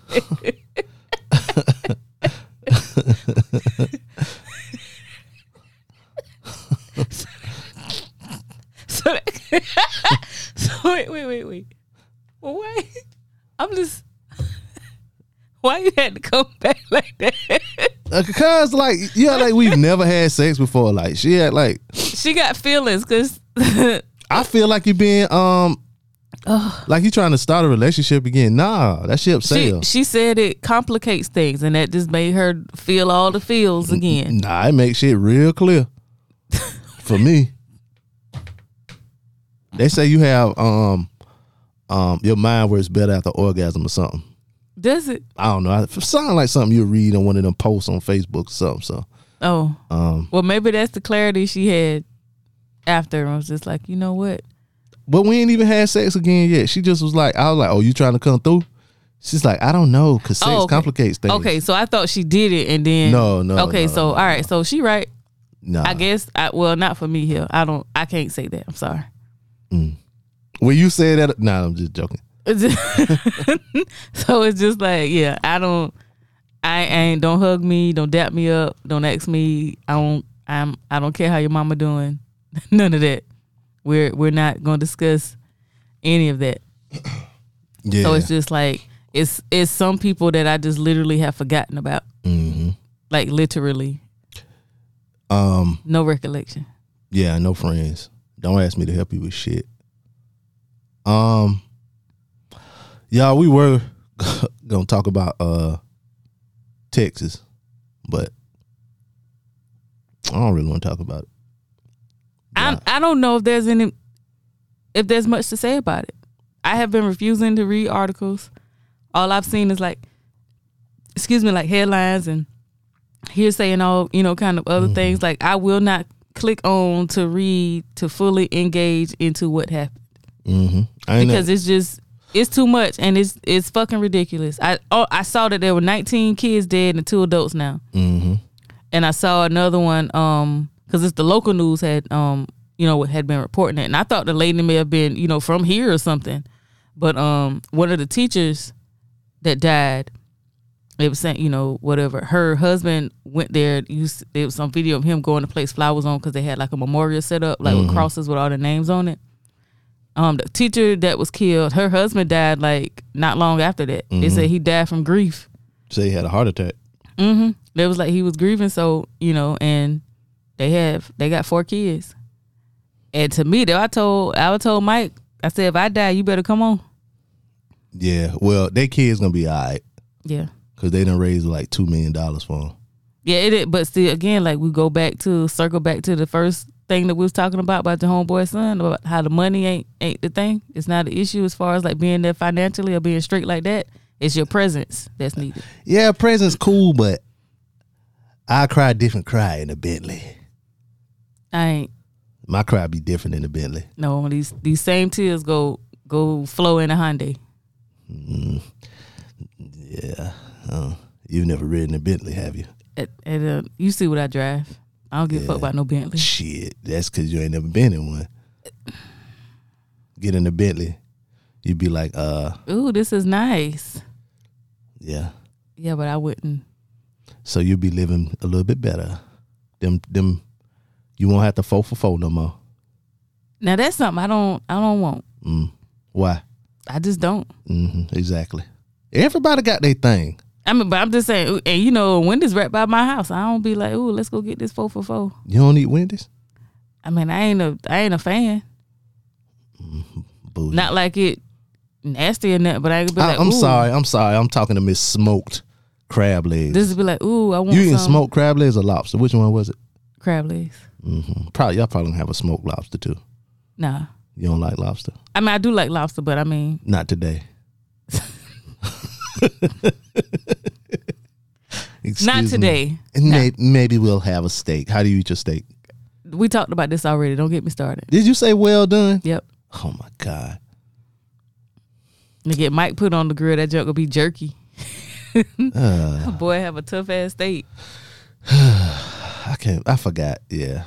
Speaker 6: so, *laughs* so wait, wait, wait, wait. Well, why? I'm just. Why you had to come back like that?
Speaker 5: Uh, Cause like yeah, like
Speaker 6: *laughs*
Speaker 5: we've never had sex before. Like she had like
Speaker 6: she got feelings because
Speaker 5: I feel like you being um like you trying to start a relationship again. Nah, that shit
Speaker 6: *laughs* she,
Speaker 5: sell.
Speaker 6: she said it complicates things and that just made her feel all the feels again.
Speaker 5: Nah, it makes shit real clear *laughs* for me. They say you have um um your mind works better after orgasm or something.
Speaker 6: Does it?
Speaker 5: I don't know. I- It sounds like something you read on one of them posts on Facebook or something. So
Speaker 6: Oh.
Speaker 5: um,
Speaker 6: Well, maybe that's the clarity she had after. I was just like, you know what?
Speaker 5: but we ain't even had sex again yet. She just was like, I was like, oh, you trying to come through? She's like, I don't know, cause sex
Speaker 6: Oh, okay.
Speaker 5: complicates things.
Speaker 6: Okay, so I thought she did it, and then
Speaker 5: No, no,
Speaker 6: Okay,
Speaker 5: no, Uh-huh.
Speaker 6: so all right, so she right.
Speaker 5: nah.
Speaker 6: I guess. I, well, not for me here. I don't. I can't say that. I'm sorry. *laughs*
Speaker 5: When you say that, nah, I'm just joking.
Speaker 6: It's just- so it's just like, yeah, I don't. I ain't. Don't hug me. Don't dap me up. Don't ask me. I don't. I'm. I don't care how your mama doing. *laughs* None of that. We're we're not gonna discuss any of that.
Speaker 5: Yeah.
Speaker 6: So it's just like it's it's some people that I just literally have forgotten about. Mm-hmm. Like literally,
Speaker 5: um.
Speaker 6: no recollection.
Speaker 5: Yeah, no friends. Don't ask me to help you with shit. Um. Yeah, we were *laughs* gonna talk about uh Texas, but I don't really want to talk about it.
Speaker 6: I I don't know if there's any if there's much to say about it. I have been refusing to read articles. All I've seen is like, excuse me, like headlines and hearsay and all you know, kind of other things. Like I will not click on to read to fully engage into what happened.
Speaker 5: Mm-hmm. I ain't
Speaker 6: because it's just it's too much and it's it's fucking ridiculous. I oh, I saw that there were 19 kids dead and two adults now,
Speaker 5: mm-hmm.
Speaker 6: and I saw another one um because it's the local news had um you know had been reporting it, and I thought the lady may have been you know from here or something, but um one of the teachers that died. They were saying, you know, whatever. Her husband went there. You, s- there was some video of him going to place flowers on because they had like a memorial set up, like
Speaker 5: Mm-hmm.
Speaker 6: with crosses with all the names on it um the teacher that was killed her husband died like not long after that they said he died from grief
Speaker 5: say he had a heart attack.
Speaker 6: it was like he was grieving so you know and they have they got four kids and to me though i told i told mike i said if i die you better come on
Speaker 5: Yeah. Well, their kids gonna be alright
Speaker 6: yeah
Speaker 5: because they done raised like two million dollars for them.
Speaker 6: yeah it, is- but still again like we go back to circle back to the first thing that we was talking about about the homeboy son about how the money ain't ain't the thing it's not an issue as far as like being there financially or being straight like that it's your presence that's needed
Speaker 5: Yeah, presents cool, but I cry a different cry in a Bentley.
Speaker 6: i ain't
Speaker 5: My cry be different in a Bentley.
Speaker 6: No, these these same tears go go flow in a Hyundai.
Speaker 5: You've never ridden a Bentley, have you?
Speaker 6: At, at, uh, you see what I drive. I don't give a fuck about no Bentley.
Speaker 5: Shit, that's because you ain't never been in one. Get in a Bentley, you'd be like, uh,
Speaker 6: Ooh, this is nice.
Speaker 5: yeah.
Speaker 6: Yeah, but I wouldn't.
Speaker 5: So you'll be living a little bit better. Them, them, you won't have to four for four no more.
Speaker 6: Now that's something I don't I don't want.
Speaker 5: Why?
Speaker 6: I just don't.
Speaker 5: hmm exactly. Everybody got their thing.
Speaker 6: I mean, but I'm just saying. ooh, And you know, Wendy's right by my house. I don't be like, ooh, let's go get this four for four.
Speaker 5: You don't eat Wendy's?
Speaker 6: I mean, I ain't a I ain't
Speaker 5: *laughs*
Speaker 6: a fan.
Speaker 5: Boo.
Speaker 6: Not like it nasty or nothing, but I could be
Speaker 5: I,
Speaker 6: like,
Speaker 5: I'm
Speaker 6: ooh.
Speaker 5: sorry. I'm sorry. I'm talking to Miss Smoked Crab Legs.
Speaker 6: This would be like, ooh, I want
Speaker 5: you eating
Speaker 6: some
Speaker 5: smoked crab legs or lobster? Which one was it? Mm-hmm.
Speaker 6: crab legs.
Speaker 5: Probably y'all probably gonna have a smoked lobster too.
Speaker 6: Nah.
Speaker 5: You don't like lobster?
Speaker 6: I mean, I do like lobster, but I mean,
Speaker 5: Not
Speaker 6: *laughs*
Speaker 5: today. Excuse
Speaker 6: not
Speaker 5: me.
Speaker 6: today.
Speaker 5: And may- maybe we'll have a steak. How do you eat your steak?
Speaker 6: We talked about this already. Don't get me started.
Speaker 5: Did you say well done?
Speaker 6: Yep.
Speaker 5: Oh my god.
Speaker 6: And get Mike put on the grill. That junk will be jerky. *laughs*
Speaker 5: Uh.
Speaker 6: Boy, have a tough ass steak.
Speaker 5: I can't. I forgot. Yeah.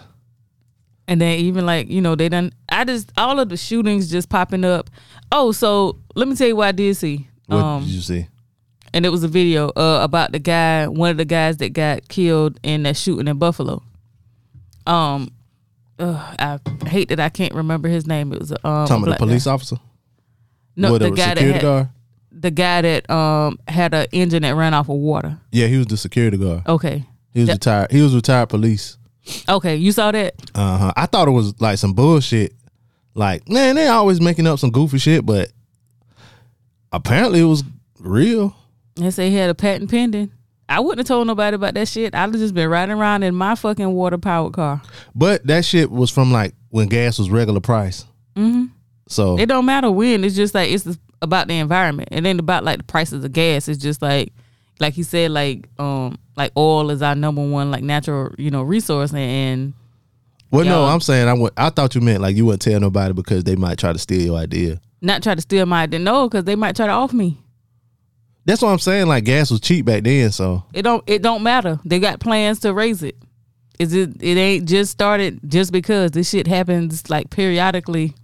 Speaker 6: And then even like you know they done. I just all of the shootings just popping up. Oh, so let me tell you what I did see.
Speaker 5: What
Speaker 6: um,
Speaker 5: did you see?
Speaker 6: and it was a video uh, about the guy, one of the guys that got killed in that shooting in Buffalo. Um, ugh, I hate that I can't remember his name. It was um, a
Speaker 5: Talking about
Speaker 6: black
Speaker 5: the police
Speaker 6: guy.
Speaker 5: officer?
Speaker 6: No,
Speaker 5: What,
Speaker 6: the guy that
Speaker 5: security
Speaker 6: had,
Speaker 5: guard?
Speaker 6: the guy that um had an engine that ran off of water.
Speaker 5: Yeah, he was the security guard.
Speaker 6: Okay,
Speaker 5: He was
Speaker 6: that-
Speaker 5: retired. He was retired police.
Speaker 6: okay, you saw that?
Speaker 5: Uh huh. I thought it was like some bullshit. Like man, they always making up some goofy shit, but apparently it was real.
Speaker 6: They say he had a patent pending. I wouldn't have told nobody about that shit. I'd have just been riding around in my fucking water powered car.
Speaker 5: But that shit was from like when gas was regular price. Mm-hmm. So
Speaker 6: It don't matter when. It's just like it's just about the environment. It ain't about like the prices of gas. It's just like, like he said, like um, like oil is our number one like natural you know resource, and, and
Speaker 5: well, no,
Speaker 6: Yo.
Speaker 5: I'm saying I went, I thought you meant like you wouldn't tell nobody because they might try to steal your idea.
Speaker 6: not try to steal my idea. No, because they might try to off me.
Speaker 5: That's what I'm saying. Like gas was cheap back then, so
Speaker 6: It don't it don't matter. They got plans to raise it. Is it it ain't just started just because this shit happens like periodically.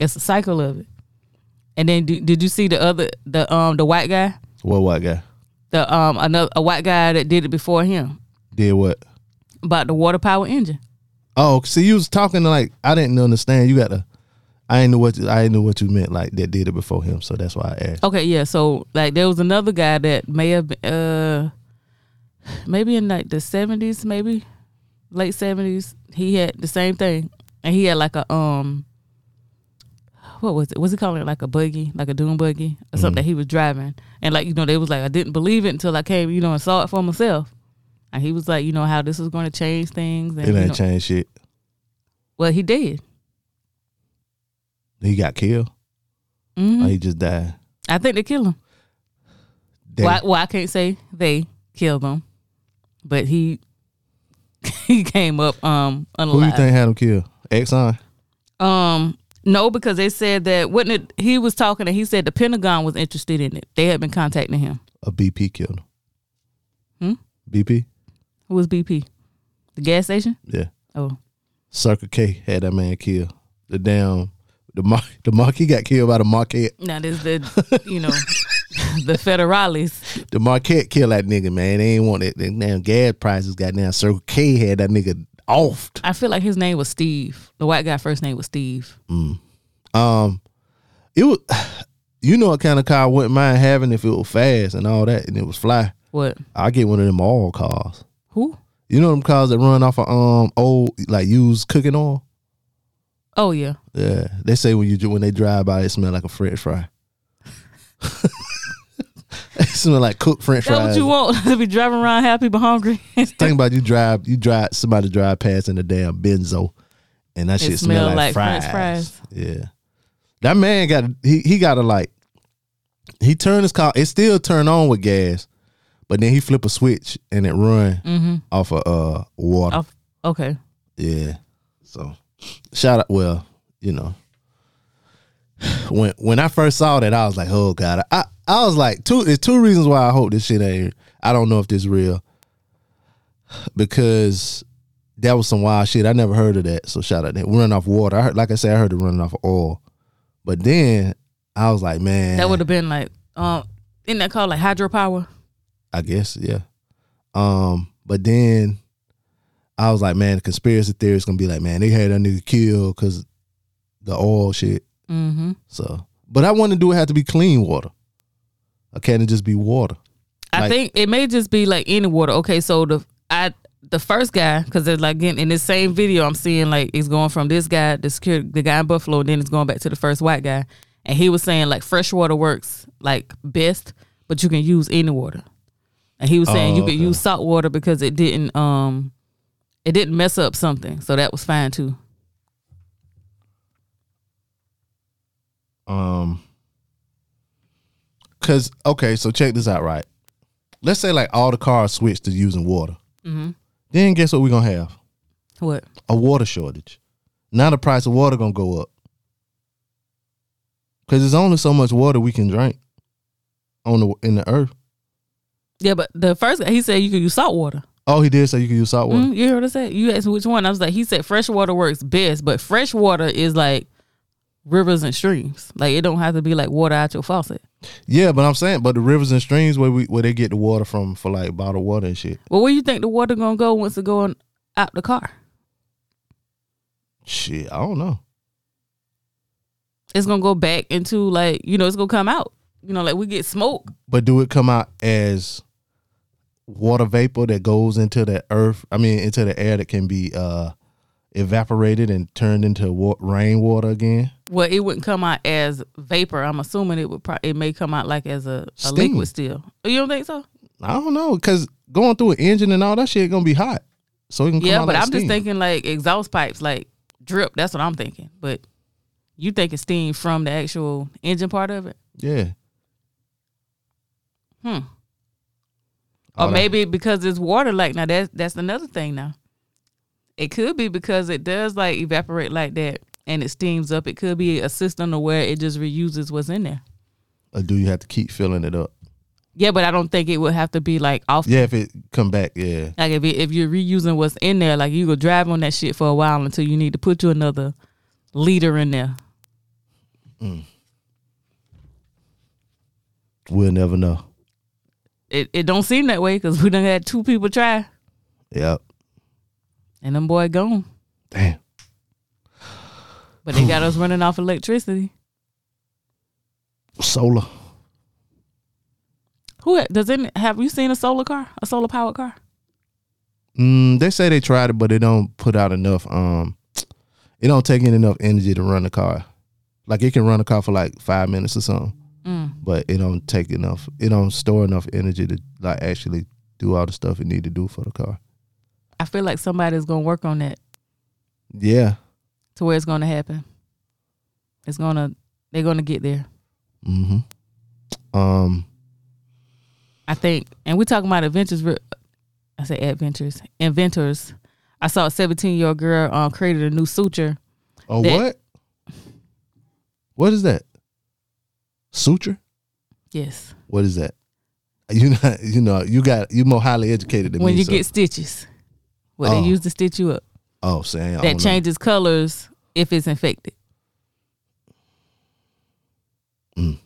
Speaker 6: It's a cycle of it. And then do, did you see the other the um the white guy?
Speaker 5: what white guy
Speaker 6: The um another a white guy that did it before him
Speaker 5: did what?
Speaker 6: about the water power engine.
Speaker 5: Oh, see, you was talking like I didn't understand. You got to. I ain't knew what you, I ain't knew what you meant. Like that did it before him, so that's why I asked.
Speaker 6: Okay, yeah. So like there was another guy that may have been uh maybe in like the seventies, maybe late seventies. He had the same thing, and he had like a um, what was it? Was he calling it like a buggy, like a dune buggy or
Speaker 5: Mm-hmm.
Speaker 6: something that he was driving? And like you know, they was like I didn't believe it until I came, you know, and saw it for myself. And he was like, you know, how this was going to change things, and
Speaker 5: It
Speaker 6: you
Speaker 5: ain't
Speaker 6: know-
Speaker 5: changed shit.
Speaker 6: well, he did.
Speaker 5: He got killed.
Speaker 6: Mhm.
Speaker 5: Or he just died.
Speaker 6: I think they killed him.
Speaker 5: Damn.
Speaker 6: Well I, well, I can't say they killed him, but he *laughs* he came up um
Speaker 5: Who you
Speaker 6: unalive.
Speaker 5: think had him killed? Exxon.
Speaker 6: Um, no, because they said that wouldn't it, he was talking and he said the Pentagon was interested in it. They had been contacting him.
Speaker 5: A BP killed him.
Speaker 6: Hmm?
Speaker 5: BP.
Speaker 6: Who was BP? The gas station?
Speaker 5: Yeah.
Speaker 6: Oh,
Speaker 5: Circle K had that man killed. The damn the Mar- *laughs* the Marquis got killed by the Marquette.
Speaker 6: now there's *laughs* the you know the federales.
Speaker 5: The Marquette killed that nigga, man. They ain't want that. The damn gas prices got down. Circle K had that nigga off.
Speaker 6: I feel like his name was Steve. The white guy first name was Steve.
Speaker 5: Um, it was. *sighs* You know what kind of car I wouldn't mind having if it was fast and all that, and it was fly.
Speaker 6: What?
Speaker 5: I get one of them oil cars.
Speaker 6: Who?
Speaker 5: You know them cars that run off of um old like used cooking oil.
Speaker 6: Oh yeah.
Speaker 5: Yeah, they say when you dri- when they drive by, it smell like a French fry. *laughs* it smell like cooked French
Speaker 6: That's
Speaker 5: fries.
Speaker 6: what you want *laughs* to be driving around happy but hungry. *laughs*
Speaker 5: Think about you drive you drive somebody drive past in a damn Benzo, and that
Speaker 6: It
Speaker 5: shit smell,
Speaker 6: smell
Speaker 5: like,
Speaker 6: like French
Speaker 5: fries.
Speaker 6: fries.
Speaker 5: Yeah, that man got he he got to like he turned his car. It still turned on with gas, but then he flip a switch and it run
Speaker 6: Mm-hmm.
Speaker 5: off of uh water.
Speaker 6: Off- Oh, okay.
Speaker 5: Yeah, so shout out. Well, you know. When when I first saw that, I was like, "Oh God!" I I was like, two. There's two reasons why I hope this shit ain't. I don't know if this real because that was some wild shit. I never heard of that. So shout out that running off water. I heard, like I said, I heard it running off of oil, but then I was like, man,
Speaker 6: That would have been like, um, isn't that called like hydropower?
Speaker 5: I guess, yeah. Um, but then I was like, man, the conspiracy theorists gonna be like, man, they had that nigga killed because the oil shit.
Speaker 6: Mm-hmm.
Speaker 5: So, but I want to do it have to be clean water. Or can it just be water?
Speaker 6: I
Speaker 5: Like-
Speaker 6: think it may just be like any water. Okay, so the I the first guy because they're like getting in this same video I'm seeing like it's going from this guy the security the guy in Buffalo and then it's going back to the first white guy and he was saying like fresh water works like best but you can use any water and he was saying
Speaker 5: Oh,
Speaker 6: you could
Speaker 5: okay.
Speaker 6: use salt water because it didn't um It didn't mess up something, so that was fine too.
Speaker 5: Um, cause okay, so check this out, right? Let's say like all the cars switch to using water. Then guess what we're gonna have?
Speaker 6: What?
Speaker 5: A water shortage. Now the price of water gonna go up. Cause there's only so much water we can drink on the in the earth.
Speaker 6: Yeah, but the first he said you could use salt water.
Speaker 5: Oh, he did say you can use salt water.
Speaker 6: Mhm, you heard what I said? You asked me which one. I was like, he said fresh water works best, but fresh water is like rivers and streams. Like it don't have to be like water out your faucet.
Speaker 5: Yeah, but I'm saying, but the rivers and streams where we where they get the water from for like bottled water and shit.
Speaker 6: Well, where you think the water gonna go once it going out the car?
Speaker 5: Shit, I don't know.
Speaker 6: It's gonna go back into like you know it's gonna come out. You know, like we get smoke.
Speaker 5: But do it come out as water vapor that goes into the earth? I mean, into the air that can be uh evaporated and turned into wa- rainwater again.
Speaker 6: Well, it wouldn't come out as vapor. I'm assuming it would. Pro- it may come out like as a, a
Speaker 5: Steam.
Speaker 6: liquid still. You don't think so?
Speaker 5: I don't know because going through an engine and all that shit gonna be hot, so it can come
Speaker 6: Yeah,
Speaker 5: out
Speaker 6: but
Speaker 5: like
Speaker 6: I'm just
Speaker 5: steam.
Speaker 6: thinking like exhaust pipes, like drip. That's what I'm thinking. But you think it's steam from the actual engine part of it?
Speaker 5: Yeah.
Speaker 6: Hmm.
Speaker 5: All
Speaker 6: or
Speaker 5: that-
Speaker 6: maybe because it's water like now that's that's another thing now. It could be because it does like evaporate like that and it steams up. It could be a system to where it just reuses what's in there.
Speaker 5: Or do you have to keep filling it up?
Speaker 6: Yeah, but I don't think it would have to be like off
Speaker 5: Yeah, if it come back, yeah.
Speaker 6: Like if it, if you're reusing what's in there, like you go drive on that shit for a while until you need to put you another liter in there.
Speaker 5: We'll never know.
Speaker 6: It it don't seem that way because we done had two people try
Speaker 5: Yep.
Speaker 6: and them boy gone,
Speaker 5: Damn.
Speaker 6: but they *sighs* got us running off electricity.
Speaker 5: Solar.
Speaker 6: Who does it? Have you seen a solar car, a solar powered car?
Speaker 5: Mm, they say they tried it, but they don't put out enough. Um, it don't take in enough energy to run the car. Like it can run a car for like five minutes or something, but it don't take enough. It don't store enough energy to like actually do all the stuff it need to do for the car.
Speaker 6: I feel like somebody's gonna work on that
Speaker 5: Yeah.
Speaker 6: to where it's gonna happen. It's gonna they're gonna get there.
Speaker 5: hmm Um.
Speaker 6: I think, and we're talking about adventures. re- I say adventures, inventors. I saw a 17 year old girl um, created a new suture.
Speaker 5: Oh,
Speaker 6: That-
Speaker 5: what? What is that? Suture?
Speaker 6: Yes,
Speaker 5: What is that? You not, you know *laughs* you got you more highly educated than
Speaker 6: when
Speaker 5: me.
Speaker 6: you
Speaker 5: so-
Speaker 6: get stitches, what
Speaker 5: Oh.
Speaker 6: they use to stitch you up
Speaker 5: oh, saying
Speaker 6: that changes colors if it's infected.
Speaker 5: Mm.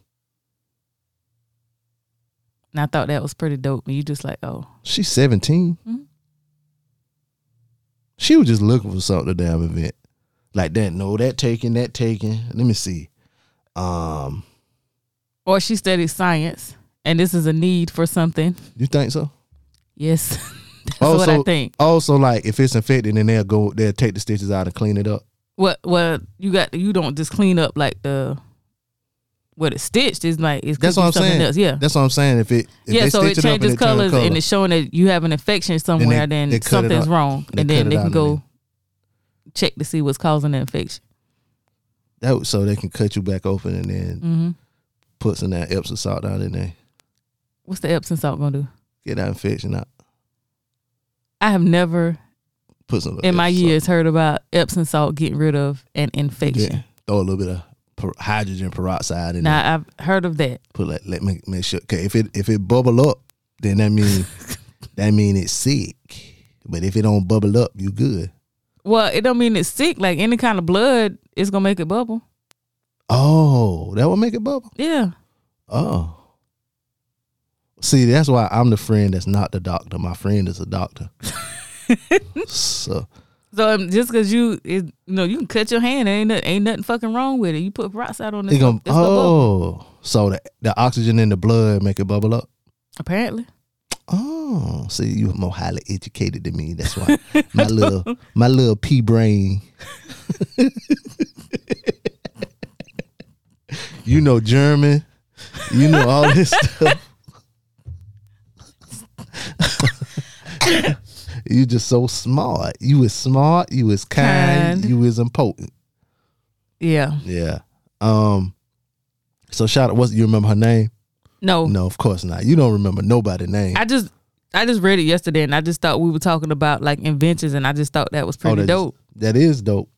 Speaker 6: And I thought that was pretty dope. And you just like, oh,
Speaker 5: She's 17.
Speaker 6: Mhm.
Speaker 5: She was just looking for something to damn event. Like that, no, that taken, that taken. Let me see. Um,
Speaker 6: or she studied science, and this is a need for something.
Speaker 5: you think so?
Speaker 6: Yes, *laughs* that's what I think.
Speaker 5: Also, like if it's infected, then they'll go, they'll take the stitches out and clean it up.
Speaker 6: What? Well, you got you don't just clean up like the what it's stitched is like it's
Speaker 5: That's what I'm
Speaker 6: something
Speaker 5: saying.
Speaker 6: else. Yeah,
Speaker 5: that's what I'm saying. If it, if
Speaker 6: yeah,
Speaker 5: they
Speaker 6: so
Speaker 5: stitch it,
Speaker 6: it
Speaker 5: up and
Speaker 6: changes
Speaker 5: it turn
Speaker 6: colors
Speaker 5: color,
Speaker 6: and it's showing that you have an infection somewhere, then,
Speaker 5: they cut it
Speaker 6: something's
Speaker 5: out.
Speaker 6: wrong,
Speaker 5: They cut
Speaker 6: and then
Speaker 5: it
Speaker 6: they
Speaker 5: out
Speaker 6: can
Speaker 5: and
Speaker 6: go check to see what's causing the infection.
Speaker 5: that would- so they can cut you back open and then
Speaker 6: Mm.
Speaker 5: put some of that Epsom salt down in there,
Speaker 6: What's the Epsom salt gonna do?
Speaker 5: get that infection out,
Speaker 6: I have never
Speaker 5: put some
Speaker 6: in my
Speaker 5: Epsom salt.
Speaker 6: years heard about Epsom salt getting rid of an infection.
Speaker 5: Yeah, throw a little bit of per- hydrogen peroxide in there.
Speaker 6: Now I've heard of that.
Speaker 5: put like let me make sure. Okay, if it if it bubble up, then that
Speaker 6: *laughs*
Speaker 5: mean that mean it's sick. But if it don't bubble up, you good.
Speaker 6: Well, it don't mean it's sick. Like any kind of blood, it's gonna make it bubble.
Speaker 5: Oh, that would make it bubble.
Speaker 6: Yeah.
Speaker 5: Oh, see, that's why I'm the friend that's not the doctor. My friend is a
Speaker 6: *laughs*
Speaker 5: doctor. so
Speaker 6: So um, just because you, it, you know, you can cut your hand, ain't nothing, ain't nothing fucking wrong with it. You put peroxide on this,
Speaker 5: they gonna
Speaker 6: this little
Speaker 5: oh,
Speaker 6: bubble.
Speaker 5: so the the oxygen in the blood make it bubble up.
Speaker 6: apparently.
Speaker 5: Oh, see, you are more highly educated than me. That's *laughs* why my little my little pea brain. *laughs* you know German. You know all this stuff. *laughs* You just so smart. You was smart. You was kind.
Speaker 6: Kind.
Speaker 5: You was impotent.
Speaker 6: Yeah.
Speaker 5: Yeah. Um. So shout out. What's you remember her name?
Speaker 6: No.
Speaker 5: No, of course not. You don't remember nobody's name.
Speaker 6: I just I just read it yesterday and I just thought we were talking about like inventions and I just thought that was
Speaker 5: Oh,
Speaker 6: pretty
Speaker 5: that is-
Speaker 6: dope.
Speaker 5: that is dope.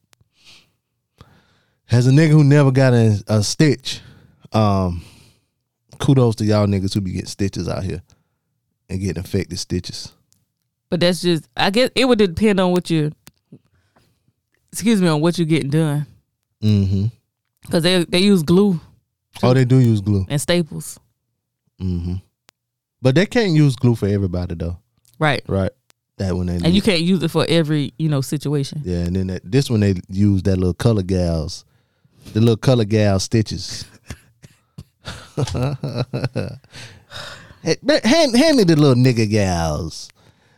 Speaker 5: As a nigga who never got a, a stitch, um, kudos to y'all niggas who be getting stitches out here and getting infected stitches.
Speaker 6: But that's just I guess it would depend on what you excuse me on what you're getting done
Speaker 5: Mm-hmm.
Speaker 6: because they they use glue
Speaker 5: Oh, they do use glue.
Speaker 6: and staples.
Speaker 5: Mm-hmm. But they can't use glue for everybody though,
Speaker 6: Right.
Speaker 5: right? That one they
Speaker 6: And you can't use it for every, you know, situation.
Speaker 5: yeah, and then that, this one they use that little color gals, the little color gal stitches. *laughs* hey, man, hand, hand me the little nigga gals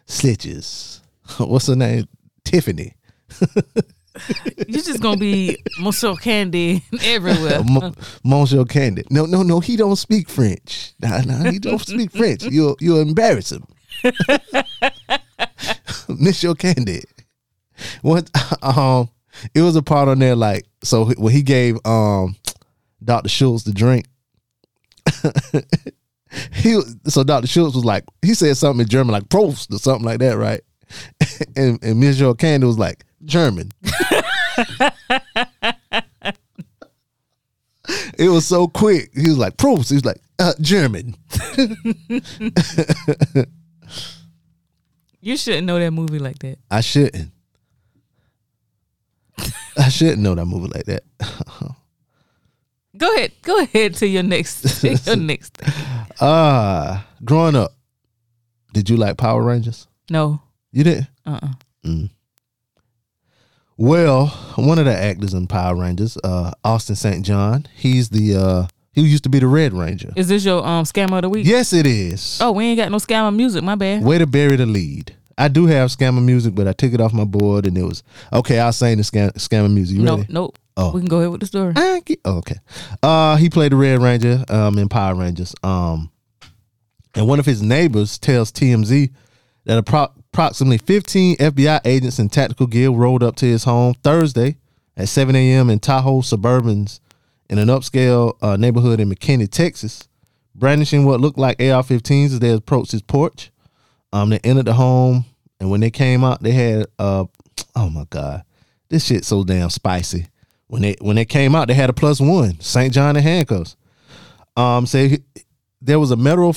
Speaker 5: stitches. *laughs* What's her name? Tiffany.
Speaker 6: You're just gonna be Monsieur Candy *laughs* everywhere.
Speaker 5: Uh, Mo- Monsieur Candid. No, no, no. He don't speak French. Nah, nah. He don't speak French. You'll you'll embarrass him. *laughs* Monsieur Candid. What? *laughs* Um, it was a part on there like so when he gave um Doctor Schultz the drink. *laughs* he was- so Doctor Schultz was like he said something in German like Prost or something like that, right? *laughs* and and Monsieur Candid was like German. It was so quick. He was like, proofs. He was like, uh, German.
Speaker 6: You shouldn't know that movie like that.
Speaker 5: I shouldn't. I shouldn't know that movie like that.
Speaker 6: Go ahead. Go ahead to your next *laughs* to your next thing.
Speaker 5: Ah, growing up, did you like Power Rangers?
Speaker 6: No.
Speaker 5: You didn't? Mm.
Speaker 6: Uh uh
Speaker 5: Well, one of the actors in Power Rangers, uh, Austin St. John, he's the, uh, he used to be the Red Ranger.
Speaker 6: Is this your um scam of the week?
Speaker 5: Yes, it is.
Speaker 6: Oh, we ain't got no scam of music, my bad.
Speaker 5: Way to bury the lead. I do have Scammer Music, but I took it off my board and it was, okay, I'll sing the scam, Scammer Music. You
Speaker 6: No,
Speaker 5: ready?
Speaker 6: nope.
Speaker 5: Oh.
Speaker 6: We can go ahead with the story.
Speaker 5: I get- oh, okay. Uh, he played the Red Ranger um, in Power Rangers. Um, and one of his neighbors tells TMZ that appro- approximately 15 FBI agents in tactical gear rolled up to his home Thursday at 7 a.m. in Tahoe Suburbans in an upscale uh, neighborhood in McKinney, Texas, brandishing what looked like AR-15s as they approached his porch. Um, they entered the home, and when they came out, they had uh, oh my god, this shit so damn spicy. When they when they came out, they had a plus one St. John and handcuffs. Um, say there was a federal,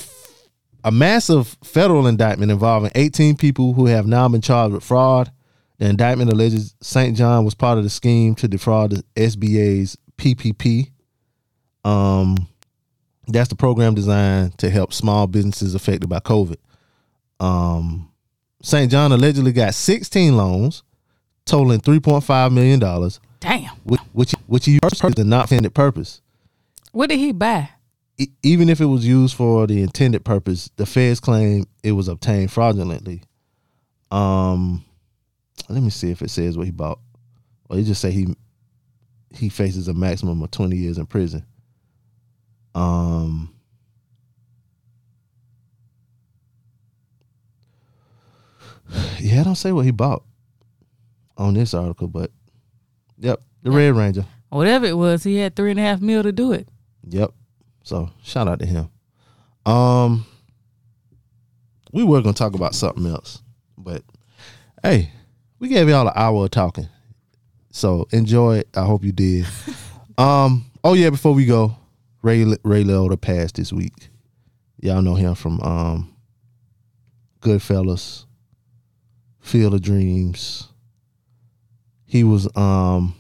Speaker 5: a massive federal indictment involving 18 people who have now been charged with fraud. The indictment alleges St. John was part of the scheme to defraud the SBA's PPP. Um, that's the program designed to help small businesses affected by COVID. Um, St. John allegedly got 16 loans totaling 3.5 million dollars,
Speaker 6: Damn.
Speaker 5: which which which he used for the not intended purpose.
Speaker 6: What did he buy?
Speaker 5: E- even if it was used for the intended purpose, the feds claim it was obtained fraudulently. Um, let me see if it says what he bought. Well, they just say he he faces a maximum of twenty years in prison. Um. Yeah, I don't say what he bought on this article, but yep, the Red Ranger.
Speaker 6: Whatever it was, he had three and a half mil to do it.
Speaker 5: Yep. So shout out to him. Um, we were gonna talk about something else, but hey, we gave y'all an hour of talking, so enjoy it. I hope you did. um, oh yeah, before we go, Ray Ray Liotta passed this week. Y'all know him from um, Goodfellas, Field of Dreams. He was um,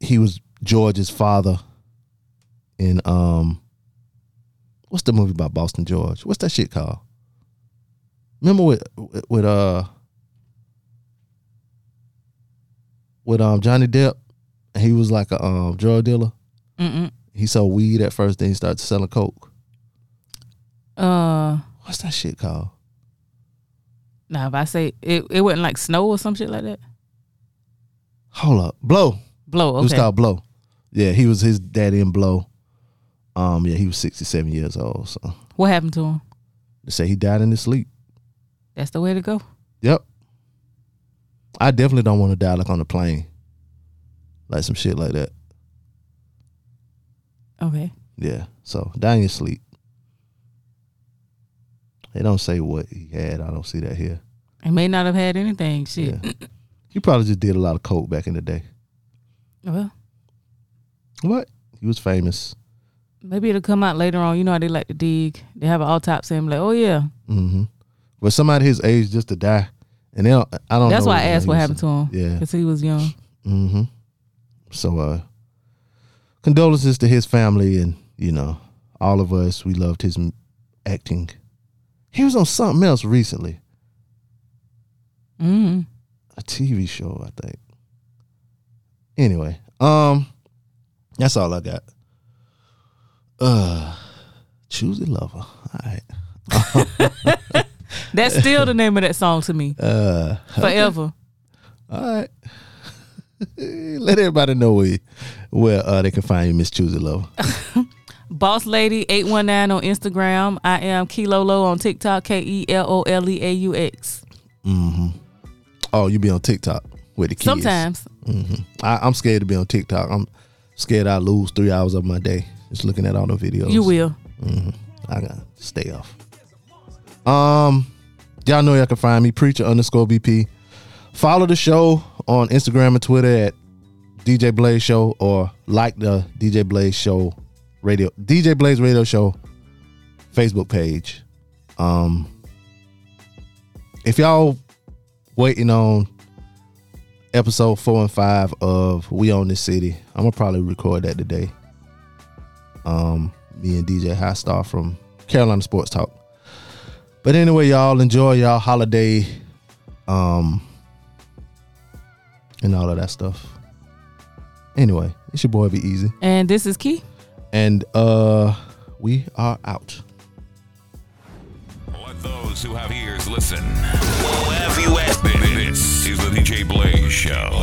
Speaker 5: he was George's father in um what's the movie about Boston George? What's that shit called? Remember with with uh with um Johnny Depp and he was like a um drug dealer.
Speaker 6: Mm
Speaker 5: He sold weed at first, then he started selling coke.
Speaker 6: mm. Uh
Speaker 5: What's that shit called?
Speaker 6: nah, if I say it it wasn't like snow or some shit like that.
Speaker 5: Hold up. Blow.
Speaker 6: Blow,
Speaker 5: It was
Speaker 6: okay.
Speaker 5: called Blow. Yeah, he was his daddy in Blow. Um yeah, he was 67 years old, so
Speaker 6: What happened to him?
Speaker 5: They say he died in his sleep.
Speaker 6: That's the way to go.
Speaker 5: Yep. I definitely don't want to die like on the plane. Like some shit like that.
Speaker 6: Okay.
Speaker 5: Yeah. So die in your sleep. They don't say what he had. I don't see that here.
Speaker 6: I may not have had anything. *laughs* Shit.
Speaker 5: Yeah. He probably just did a lot of coke back in the day.
Speaker 6: Well,
Speaker 5: What? He was famous.
Speaker 6: maybe it'll come out later on. You know how they like to dig. They have an autopsy and be like, oh yeah.
Speaker 5: Mm-hmm. But somebody his age just to die, and they don't, I don't.
Speaker 6: That's
Speaker 5: know
Speaker 6: why I asked what happened to him.
Speaker 5: Yeah.
Speaker 6: Because he was young.
Speaker 5: Mm-hmm. So, uh, condolences to his family, and you know, all of us. We loved his m- acting. He was on something else recently,
Speaker 6: Mm-hmm.
Speaker 5: a TV show, I think. Anyway, um, that's all I got. Uh, choose a lover. All right.
Speaker 6: That's still the name of that song to me.
Speaker 5: *laughs* Uh.
Speaker 6: Forever.
Speaker 5: All right. *laughs* Let everybody know where, where uh, they can find you, Miss Choosy Love.
Speaker 6: Boss Lady 819 on Instagram. I am Kilolo on TikTok. K E L O L E A U X.
Speaker 5: Oh, you be on TikTok with the kids.
Speaker 6: Sometimes.
Speaker 5: I, I'm scared to be on TikTok. I'm scared I lose three hours of my day just looking at all the videos.
Speaker 6: You will.
Speaker 5: I gotta stay off. Um, y'all know y'all can find me preacher underscore BP. Follow the show on Instagram and Twitter at DJ Blaze Show or like the DJ Blaze Show radio DJ Blaze Radio Show Facebook page. Um, if y'all waiting on episode four and five of We Own This City, I'm gonna probably record that today um, me and DJ High Star from Carolina Sports Talk. But anyway, y'all enjoy y'all holiday, um, and all of that stuff. Anyway, it's your boy Be Easy,
Speaker 6: And this is Key.
Speaker 5: and uh, we are out.
Speaker 3: Let those who have ears listen. Wherever you at, this is the DJ Blaze Show.